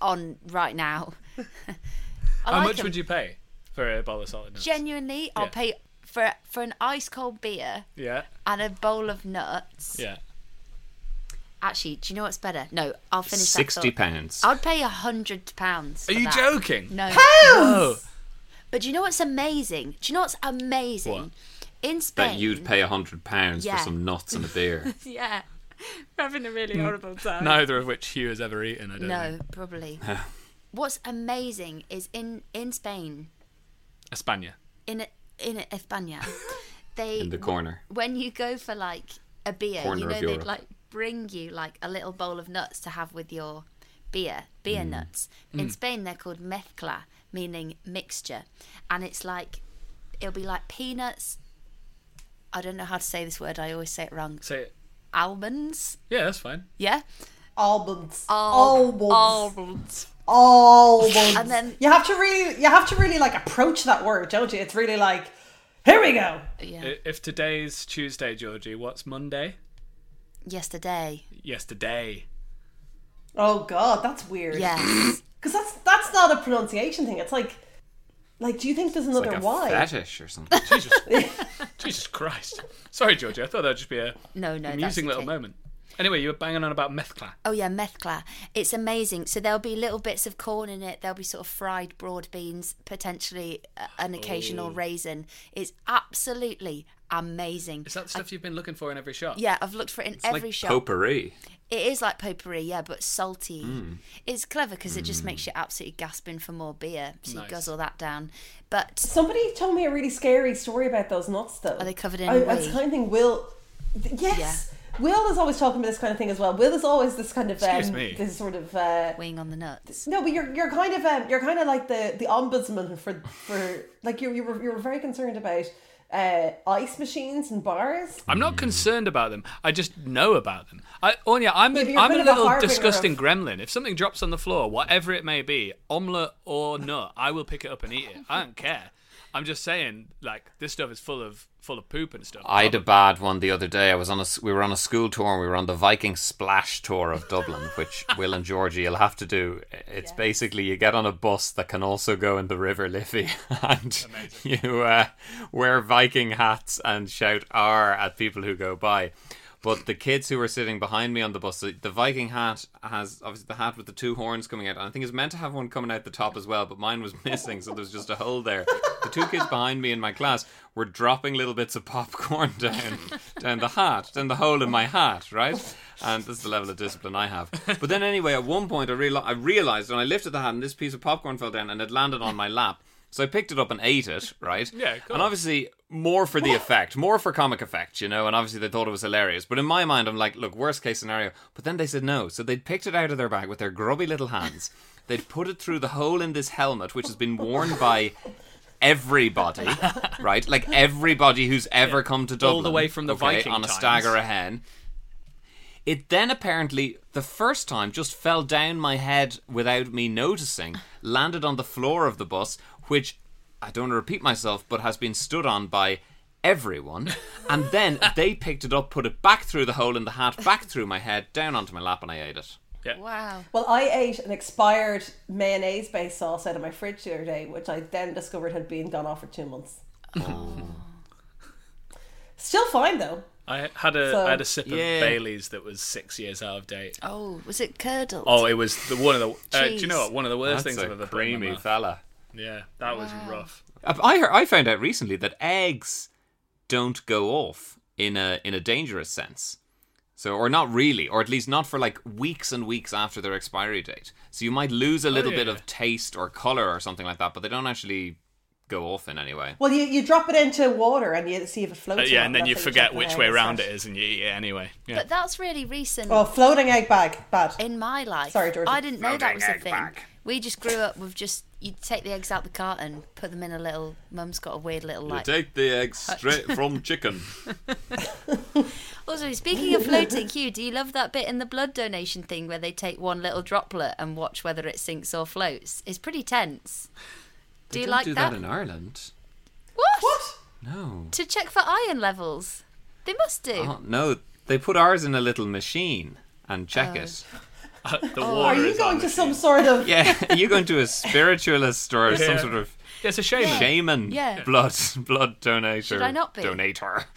[SPEAKER 4] on right now. [LAUGHS] I
[SPEAKER 3] How
[SPEAKER 4] like
[SPEAKER 3] much
[SPEAKER 4] 'em.
[SPEAKER 3] would you pay for a bowl of solid nuts?
[SPEAKER 4] genuinely? I'll
[SPEAKER 3] Yeah.
[SPEAKER 4] pay for for an ice cold beer
[SPEAKER 3] yeah,
[SPEAKER 4] and a bowl of nuts.
[SPEAKER 3] yeah.
[SPEAKER 4] Actually, do you know what's better? No, I'll finish. that
[SPEAKER 2] Sixty
[SPEAKER 4] thought.
[SPEAKER 2] pounds.
[SPEAKER 4] I'd pay a hundred pounds.
[SPEAKER 3] Are you joking?
[SPEAKER 4] No.
[SPEAKER 3] No.
[SPEAKER 4] But do you know what's amazing? Do you know what's amazing?
[SPEAKER 3] What?
[SPEAKER 4] In Spain,
[SPEAKER 2] Bet you'd pay a hundred pounds for
[SPEAKER 4] Yeah.
[SPEAKER 2] some nuts and a
[SPEAKER 4] [LAUGHS]
[SPEAKER 2] beer.
[SPEAKER 4] Yeah.
[SPEAKER 6] [LAUGHS] We're having a really horrible time.
[SPEAKER 3] Neither of which Hugh has ever eaten. I don't
[SPEAKER 4] No,
[SPEAKER 3] think.
[SPEAKER 2] [LAUGHS]
[SPEAKER 4] probably. what's amazing is in in Spain,
[SPEAKER 3] Espana.
[SPEAKER 4] in in
[SPEAKER 2] [LAUGHS]
[SPEAKER 4] España, they
[SPEAKER 2] In the corner.
[SPEAKER 4] when you go for like a beer,
[SPEAKER 2] Corner
[SPEAKER 4] you
[SPEAKER 2] of
[SPEAKER 4] know they'd
[SPEAKER 2] Europe.
[SPEAKER 4] like bring you like a little bowl of nuts to have with your beer, beer
[SPEAKER 2] Mm.
[SPEAKER 4] nuts. In Spain, they're called mezcla, meaning mixture, and it's like it'll be like peanuts. I don't know how to say this word. I always say it wrong.
[SPEAKER 3] Say it.
[SPEAKER 4] Almonds,
[SPEAKER 3] Yeah, that's fine.
[SPEAKER 4] yeah.
[SPEAKER 5] Almonds.
[SPEAKER 4] Al-
[SPEAKER 5] Almonds.
[SPEAKER 4] almonds.
[SPEAKER 5] Almonds.
[SPEAKER 4] And then-
[SPEAKER 5] you have to really, you have to really like approach that word, don't you? It's really like, here we go.
[SPEAKER 4] Yeah.
[SPEAKER 3] I- If today's Tuesday, Georgie, what's Monday?
[SPEAKER 2] [LAUGHS]
[SPEAKER 4] Yesterday. [LAUGHS]
[SPEAKER 3] Yesterday.
[SPEAKER 5] Oh God, that's weird.
[SPEAKER 4] Yes.
[SPEAKER 5] because that's that's not a pronunciation thing. It's like, like, do you think there's another
[SPEAKER 2] Like a
[SPEAKER 5] Y?
[SPEAKER 2] fetish or something.
[SPEAKER 3] Jesus. Jesus Christ. Sorry, Georgie. I thought that'd just be a
[SPEAKER 4] No, no. that's
[SPEAKER 3] amusing little
[SPEAKER 4] okay.
[SPEAKER 3] moment. Anyway, you were banging on about methcla.
[SPEAKER 4] Oh yeah, methcla. It's amazing. So there'll be little bits of corn in it. There'll be sort of fried broad beans, potentially uh, an occasional raisin. It's absolutely amazing.
[SPEAKER 3] Is that stuff you've been looking for in every shop?
[SPEAKER 4] Yeah, I've looked for it in
[SPEAKER 2] It's
[SPEAKER 4] every
[SPEAKER 2] like
[SPEAKER 4] [LAUGHS] shop.
[SPEAKER 2] potpourri.
[SPEAKER 4] It is like potpourri, yeah, but salty.
[SPEAKER 2] Mm.
[SPEAKER 4] It's clever because it just makes you absolutely gasping for more beer. So
[SPEAKER 3] Nice.
[SPEAKER 4] you guzzle that down. But
[SPEAKER 5] Somebody told me a really scary story about those nuts, though.
[SPEAKER 4] Are they covered in
[SPEAKER 5] I, I was
[SPEAKER 4] whey?
[SPEAKER 5] kind of think Will. th- Yes, Will is always talking about this kind of thing as well. Will is always this kind of um,
[SPEAKER 3] Excuse me.
[SPEAKER 5] this sort of. Uh,
[SPEAKER 4] weighing on the nuts.
[SPEAKER 5] no, but you're you're kind of um, you're kind of like the the ombudsman for for like you you were you were very concerned about uh, ice machines and bars.
[SPEAKER 3] I'm not concerned about them. I just know about them. I, Anya, I'm
[SPEAKER 5] Yeah, but
[SPEAKER 3] a,
[SPEAKER 5] you're a
[SPEAKER 3] I'm
[SPEAKER 5] bit
[SPEAKER 3] a
[SPEAKER 5] of a
[SPEAKER 3] little
[SPEAKER 5] harbinger
[SPEAKER 3] disgusting
[SPEAKER 5] of-
[SPEAKER 3] gremlin. If something drops on the floor, whatever it may be, omelette or nut, I will pick it up and eat it. I don't care. I'm just saying, like this stuff is full of full of poop and stuff.
[SPEAKER 2] I had a bad one the other day. I was on a s- we were on a school tour and we were on the Viking splash tour of
[SPEAKER 4] [LAUGHS]
[SPEAKER 2] Dublin, which Will and Georgie will have to do. It's basically you get on a bus that can also go in the River Liffey, [LAUGHS] and you uh, wear Viking hats and shout "R" at people who go by. But the kids who were sitting behind me on the bus, the, the Viking hat has obviously the hat with the two horns coming out. And I think it's meant to have one coming out the top as well, but mine was [LAUGHS] missing, so there's just a hole there. The two kids behind me in my class were dropping little bits of popcorn [LAUGHS] down down the hat, down the hole in my hat, right? And this is the level of discipline I have. But then anyway, at one point I, reali- I realized when I lifted the hat and this piece of popcorn fell down and it landed on my lap. So I picked it up and ate it, right?
[SPEAKER 3] Yeah, of course.
[SPEAKER 2] And obviously, more for the effect, more for comic effect, you know. And obviously, they thought it was hilarious. But in my mind, I'm like, look, worst case scenario. But then they said no. So they'd picked it out of their bag with their grubby little hands.
[SPEAKER 3] [LAUGHS]
[SPEAKER 2] They'd put it through the hole in this helmet, which has been worn by
[SPEAKER 3] [LAUGHS]
[SPEAKER 2] everybody, right? Like everybody who's ever come to Dublin,
[SPEAKER 3] All the way from the
[SPEAKER 2] okay,
[SPEAKER 3] Viking
[SPEAKER 2] on a
[SPEAKER 3] times.
[SPEAKER 2] stag or a hen. It then apparently, the first time, just fell down my head without me noticing, landed on the floor of the bus, which I don't want to repeat myself, but has been stood on by everyone.
[SPEAKER 3] [LAUGHS]
[SPEAKER 2] And then they picked it up, put it back through the hole in the hat, back through my head, down onto my lap, and I ate it.
[SPEAKER 4] Wow.
[SPEAKER 5] Well, I ate an expired mayonnaise based sauce out of my fridge the other day, which I then discovered had been gone off for two months. Still fine though.
[SPEAKER 3] I had a I
[SPEAKER 5] So-
[SPEAKER 3] had a sip of
[SPEAKER 2] Yeah.
[SPEAKER 3] Bailey's that was six years out of date.
[SPEAKER 4] Oh, was it curdled?
[SPEAKER 3] Oh, it was the one of the. Uh, do you
[SPEAKER 4] Jeez.
[SPEAKER 3] know what? One of the worst
[SPEAKER 2] That's
[SPEAKER 3] things
[SPEAKER 2] a
[SPEAKER 3] I've ever put in my
[SPEAKER 2] creamy
[SPEAKER 3] mouth.
[SPEAKER 2] fella.
[SPEAKER 3] Yeah, that was rough.
[SPEAKER 2] I heard, I found out recently that eggs don't go off in a in a dangerous sense. So or not really, or at least not for like weeks and weeks after their expiry date. So you might lose a
[SPEAKER 7] Oh,
[SPEAKER 2] little bit
[SPEAKER 3] yeah.
[SPEAKER 2] of taste or color or something like that, but they don't actually go off in any way.
[SPEAKER 5] Well, you, you drop it into water and you see if it floats.
[SPEAKER 3] Uh,
[SPEAKER 5] or
[SPEAKER 3] yeah,
[SPEAKER 5] not,
[SPEAKER 3] and then
[SPEAKER 5] that's
[SPEAKER 3] you
[SPEAKER 5] how
[SPEAKER 3] forget
[SPEAKER 5] check
[SPEAKER 3] which
[SPEAKER 5] how
[SPEAKER 3] way
[SPEAKER 5] it's
[SPEAKER 3] round
[SPEAKER 5] fresh.
[SPEAKER 3] it is, and you eat it anyway. Yeah.
[SPEAKER 4] But that's really recent.
[SPEAKER 5] Oh, floating egg bag, bad.
[SPEAKER 4] in my life.
[SPEAKER 5] Sorry, Georgie.
[SPEAKER 4] I didn't know that
[SPEAKER 2] Floating
[SPEAKER 4] was a
[SPEAKER 2] egg
[SPEAKER 4] thing.
[SPEAKER 2] bag.
[SPEAKER 4] We just grew up with just you take the eggs out the carton, put them in a little. Mum's got a weird little like.
[SPEAKER 2] take the eggs straight from chicken.
[SPEAKER 4] Also, Sorry, speaking of floating, Hugh, do you love that bit in the blood donation thing where they take one little droplet and watch whether it sinks or floats? It's pretty tense.
[SPEAKER 7] They
[SPEAKER 4] Do you
[SPEAKER 7] don't
[SPEAKER 4] like
[SPEAKER 7] do
[SPEAKER 4] that?
[SPEAKER 7] that in Ireland?
[SPEAKER 4] What?
[SPEAKER 5] What?
[SPEAKER 7] No.
[SPEAKER 4] To check for iron levels. They must do.
[SPEAKER 2] Oh, no, they put ours in a little machine and check
[SPEAKER 4] Oh.
[SPEAKER 2] it.
[SPEAKER 3] the
[SPEAKER 5] Are
[SPEAKER 3] water
[SPEAKER 5] you
[SPEAKER 3] is
[SPEAKER 5] going
[SPEAKER 3] on
[SPEAKER 5] to
[SPEAKER 3] it.
[SPEAKER 5] some sort of?
[SPEAKER 2] Yeah, [LAUGHS] are you going to a spiritualist or some
[SPEAKER 3] Yeah.
[SPEAKER 2] sort of
[SPEAKER 3] Yeah, it's a shame.
[SPEAKER 2] shaman
[SPEAKER 4] Yeah.
[SPEAKER 2] blood blood donator?
[SPEAKER 4] Should I not be?
[SPEAKER 2] donator? [LAUGHS]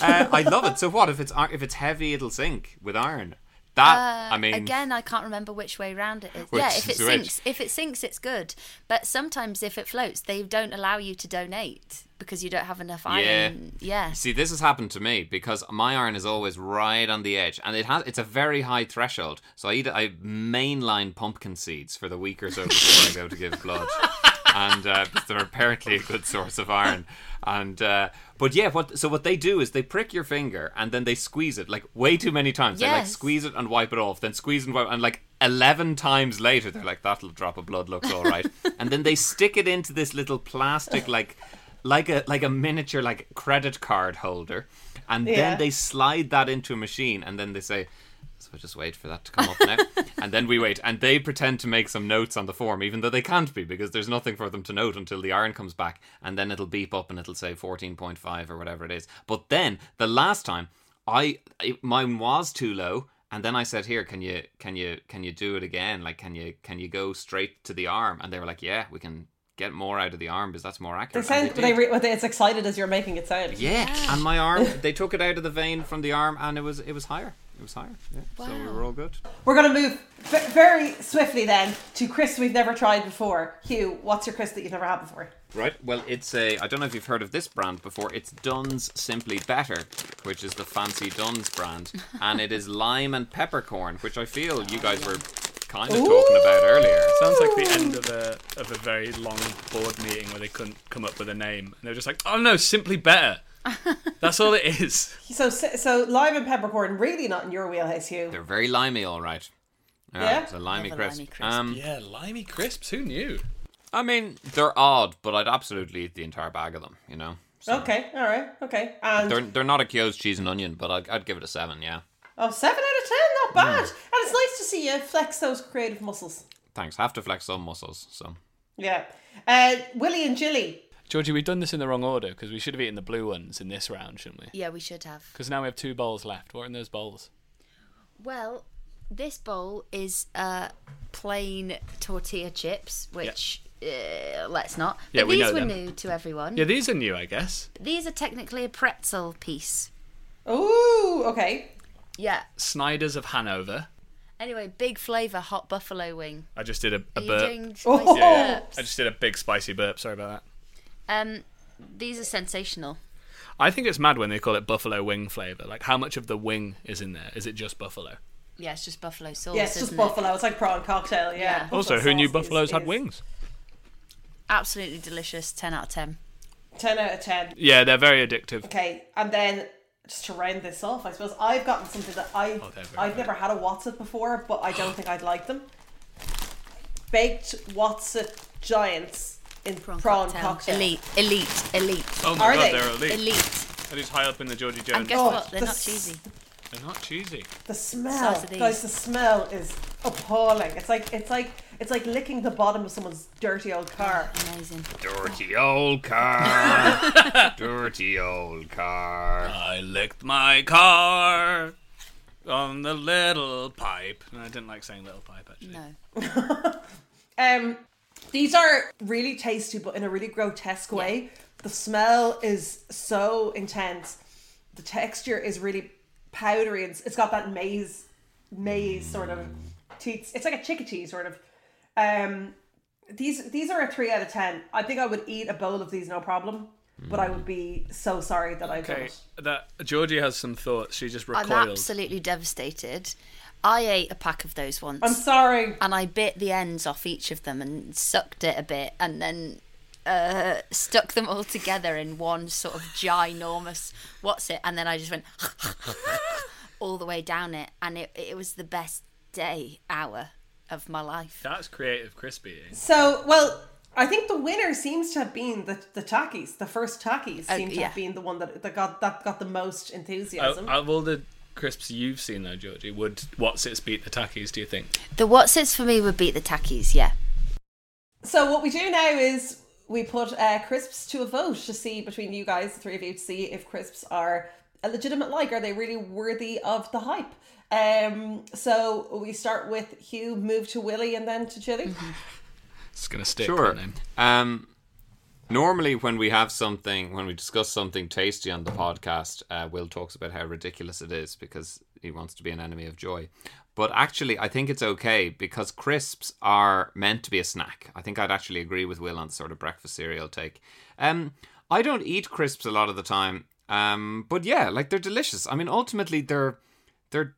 [SPEAKER 2] uh, I love it. So what if it's ir- if it's heavy, it'll sink with iron. That I mean,
[SPEAKER 4] Uh, Again, I can't remember which way round it is.
[SPEAKER 2] Which
[SPEAKER 4] yeah, if it
[SPEAKER 2] is which.
[SPEAKER 4] sinks, if it sinks, it's good. But sometimes if it floats, they don't allow you to donate because you don't have enough iron. Yeah.
[SPEAKER 2] See, this has happened to me because my iron is always right on the edge, and it has it's a very high threshold. So I eat I mainline pumpkin seeds for the week or so before I go to give blood, and uh, because they're apparently a good source of iron. And uh, but yeah, what so what they do is they prick your finger and then they squeeze it like way too many times. They like
[SPEAKER 4] Yes.
[SPEAKER 2] squeeze it and wipe it off, then squeeze and wipe, and like eleven times later they're like that little drop of blood looks all right, and then they stick it into this little plastic like like a like a miniature like credit card holder, and
[SPEAKER 5] Yeah.
[SPEAKER 2] then they slide that into a machine, and then they say. So I just wait for that to come up now, and then we wait, and they pretend to make some notes on the form, even though they can't be because there's nothing for them to note until the iron comes back, and then it'll beep up and it'll say 14.5 or whatever it is. But then the last time, I it, mine was too low, and then I said, "Here, can you can you can you do it again? Like, can you can you go straight to the arm?" And they were like, "Yeah, we can get more out of the arm because that's more
[SPEAKER 5] They
[SPEAKER 2] accurate." And
[SPEAKER 5] sound.
[SPEAKER 2] they
[SPEAKER 5] They
[SPEAKER 2] did.
[SPEAKER 5] re, well, they, it's excited as you're making it sound.
[SPEAKER 2] yeah, and my arm,
[SPEAKER 5] [LAUGHS]
[SPEAKER 2] they took it out of the vein from the arm, and it was it was higher. It was higher. Yeah. So we were all good.
[SPEAKER 5] We're going to move v- very swiftly then to Chris we've never tried before. Hugh, what's your Chris that you've never had before?
[SPEAKER 2] Right. Well, it's a. I don't know if you've heard of this brand before. It's Dunn's Simply Better, which is the fancy Dunn's brand, and it is lime and peppercorn, which I feel you guys were kind of talking about earlier.
[SPEAKER 3] Sounds like the end of a of a very long board meeting where they couldn't come up with a name, and they were just like, "Oh no, simply better." That's all it is.
[SPEAKER 5] So, so lime and peppercorn really not in your wheelhouse, Hugh.
[SPEAKER 2] They're very limey, all right. All
[SPEAKER 5] Yeah?
[SPEAKER 2] right, It's a limey
[SPEAKER 4] Love a
[SPEAKER 2] crisp.
[SPEAKER 4] limey crisp.
[SPEAKER 2] Um,
[SPEAKER 3] Yeah, limey crisps. Who knew?
[SPEAKER 2] I mean, they're odd, but I'd absolutely eat the entire bag of them. You know. So
[SPEAKER 5] Okay, all right, okay. And
[SPEAKER 2] They're they're not a Kyo's cheese and onion, but I'd, I'd give it a seven. Yeah.
[SPEAKER 5] oh, seven out of ten, not bad. And
[SPEAKER 3] Hmm.
[SPEAKER 5] it's nice to see you flex those creative muscles.
[SPEAKER 2] Thanks. Have to flex some muscles. So.
[SPEAKER 5] Yeah. Uh, Willie and Jilly.
[SPEAKER 3] Georgie, we've done this in the wrong order because we should have eaten the blue ones in this round, shouldn't we?
[SPEAKER 4] Yeah, we should have.
[SPEAKER 3] Because now we have two bowls left. What are in those bowls?
[SPEAKER 4] Well, this bowl is uh, plain tortilla chips, which uh, let's not.
[SPEAKER 3] Yeah,
[SPEAKER 4] but
[SPEAKER 3] we
[SPEAKER 4] these
[SPEAKER 3] know
[SPEAKER 4] were
[SPEAKER 3] them.
[SPEAKER 4] new to everyone.
[SPEAKER 3] Yeah, these are new, I guess.
[SPEAKER 4] These are technically a pretzel piece.
[SPEAKER 5] Ooh, okay.
[SPEAKER 4] Yeah.
[SPEAKER 3] Snyder's of Hanover.
[SPEAKER 4] Anyway, big flavour hot buffalo wing.
[SPEAKER 3] I just did a, a
[SPEAKER 4] Are you
[SPEAKER 3] burp.
[SPEAKER 4] doing spicy
[SPEAKER 5] Oh.
[SPEAKER 4] burps?
[SPEAKER 3] I just did a big spicy burp. Sorry about
[SPEAKER 4] Um, these are sensational.
[SPEAKER 3] that. I think it's mad when they call it buffalo wing flavour. Like, how much of the wing is in there? Is it just buffalo?
[SPEAKER 4] Yeah, it's just buffalo sauce.
[SPEAKER 5] Yeah, it's just
[SPEAKER 4] isn't it?
[SPEAKER 5] buffalo. It's like prawn cocktail. Yeah.
[SPEAKER 4] Yeah.
[SPEAKER 5] Buffalo
[SPEAKER 3] Also, who knew
[SPEAKER 5] sauce
[SPEAKER 3] buffaloes
[SPEAKER 5] is-
[SPEAKER 3] had
[SPEAKER 5] is
[SPEAKER 3] wings?
[SPEAKER 4] Absolutely delicious. Ten out of ten.
[SPEAKER 5] Ten out of ten.
[SPEAKER 3] Yeah, they're very addictive.
[SPEAKER 5] Okay, and then just to round this off, I suppose I've gotten something that I
[SPEAKER 3] they're very
[SPEAKER 5] I've never had a Watsit before, but I don't think I'd like them. Baked Watsit giants in prawn, cocktail.
[SPEAKER 4] Elite, elite, elite,
[SPEAKER 3] Oh
[SPEAKER 5] my Are God, they? they're
[SPEAKER 3] elite.
[SPEAKER 4] elite.
[SPEAKER 3] And he's high up in the Geordie Jones.
[SPEAKER 4] And guess
[SPEAKER 5] Oh,
[SPEAKER 4] what? They're
[SPEAKER 5] the
[SPEAKER 4] not
[SPEAKER 5] s-
[SPEAKER 4] cheesy.
[SPEAKER 3] They're not cheesy.
[SPEAKER 5] The smell,
[SPEAKER 4] size of these.
[SPEAKER 5] guys, the smell is appalling. It's like it's like it's like licking the bottom of someone's dirty old car.
[SPEAKER 4] Amazing.
[SPEAKER 2] Dirty old car.
[SPEAKER 3] [LAUGHS]
[SPEAKER 2] Dirty old car.
[SPEAKER 3] I licked my car on the little pipe. No, I didn't like saying little pipe actually.
[SPEAKER 4] No.
[SPEAKER 5] Um, these are really tasty, but in a really grotesque way. The smell is so intense. The texture is really powdery. It's, it's got that maize, maize sort of teats. It's like a chickadee sort of. Um, these these are a three out of ten. I think I would eat a bowl of these no problem, but I would be so sorry that I
[SPEAKER 3] Okay,
[SPEAKER 5] don't.
[SPEAKER 3] that Georgie has some thoughts. She just recoiled.
[SPEAKER 4] I'm absolutely devastated. I ate a pack of those once.
[SPEAKER 5] I'm sorry.
[SPEAKER 4] and I bit the ends off each of them and sucked it a bit and then uh, stuck them all together in one sort of ginormous what's it and then I just went [LAUGHS] all the way down it and it, it was the best day hour of my life.
[SPEAKER 3] That's creative crispy.
[SPEAKER 5] So, well, I think the winner seems to have been the the Takis. The first Takis
[SPEAKER 4] Oh,
[SPEAKER 5] seem to
[SPEAKER 4] yeah.
[SPEAKER 5] have been the one that, that got that got the most
[SPEAKER 3] Out,
[SPEAKER 5] enthusiasm.
[SPEAKER 3] out of all the crisps you've seen though, Georgie, would what's its beat the tackies? Do you think?
[SPEAKER 4] The Watsits for me would beat the Tackies, yeah.
[SPEAKER 5] So what we do now is we put uh, crisps to a vote to see between you guys, the three of you, to see if crisps are a legitimate like. Are they really worthy of the hype? Um, so we start with Hugh, move to Willie, and then to Chili.
[SPEAKER 3] It's gonna stick.
[SPEAKER 2] Sure.
[SPEAKER 3] that name.
[SPEAKER 2] Um, normally, when we have something, when we discuss something tasty on the podcast, uh, Will talks about how ridiculous it is because he wants to be an enemy of joy. But actually, I think it's okay because crisps are meant to be a snack. I think I'd actually agree with Will on the sort of breakfast cereal take. Um, I don't eat crisps a lot of the time, um, but yeah, like they're delicious. I mean, ultimately, they're they're